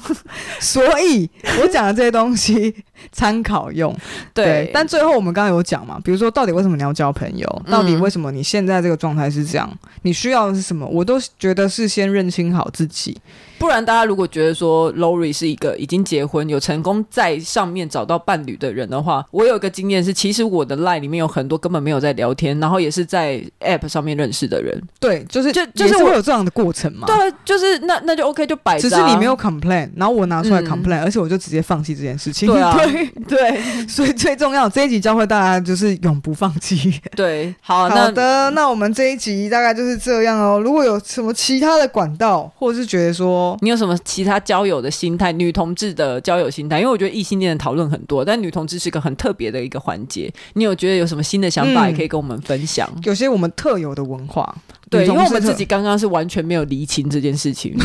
B: 所以我讲的这些东西 参考用。
A: 对，
B: 但最后我们刚刚有讲嘛，比如说到底为什么你要交朋友，
A: 嗯
B: 到底为什么你现在这个状态是这样，你需要的是什么，我都觉得是先认清好自己。
A: 不然大家如果觉得说 Lori 是一个已经结婚、有成功在上面找到伴侣的人的话，我有一个经验是，其实我的 Line 里面有很多根本没有在聊天，然后也是在 App 上面认识的人。
B: 对，就是
A: 就就
B: 也
A: 是
B: 是
A: 我
B: 会有这样的过程嘛。
A: 对啊，就是那那就 OK 就摆着
B: 只
A: 啊、
B: 是你没有 complain，然后我拿出来
A: 嗯
B: complain，、而且我就直接放弃这件事情。
A: 对啊
B: 对， 所以最重要这一集教会大家就是永不放弃。
A: 对，好，
B: 好
A: 那
B: 的，那我们这一集大概就是这样哦。如果有什么其他的管道，或者是觉得说
A: 你有什么其他交友的心态？女同志的交友心态，因为我觉得异性恋的讨论很多，但女同志是一个很特别的一个环节。你有觉得有什么新的想法，
B: 嗯
A: 也可以跟我们分享。
B: 有些我们特有的文化，
A: 对，
B: 女
A: 因
B: 同
A: 为我
B: 志
A: 们
B: 特
A: 自己刚刚是完全没有厘清这件事情。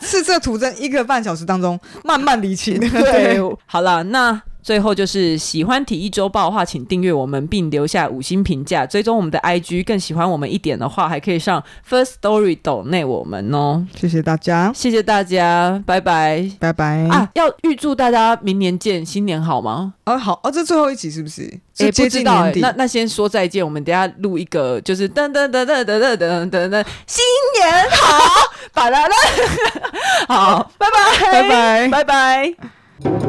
B: 是是 这图真一个半小时当中慢慢理清。
A: 对，好啦，那最后就是喜欢体育周报的话，请订阅我们并留下五星评价，追踪我们的 IG。更喜欢我们一点的话，还可以上 First Story 抖内我们哦。
B: 谢谢大家，
A: 谢谢大家，拜拜。
B: 拜拜。
A: 啊，要预祝大家明年见，新年好吗？
B: 哦、好哦，这最后一集是不是？
A: 也
B: 是
A: 不
B: 接
A: 知
B: 近
A: 道、
B: 年
A: 欸，
B: 底。
A: 那那先说再见，我们等一下录一个，就是噔噔噔噔噔噔噔噔噔，新年好，巴啦啦，好，拜拜，
B: 拜拜
A: 拜拜。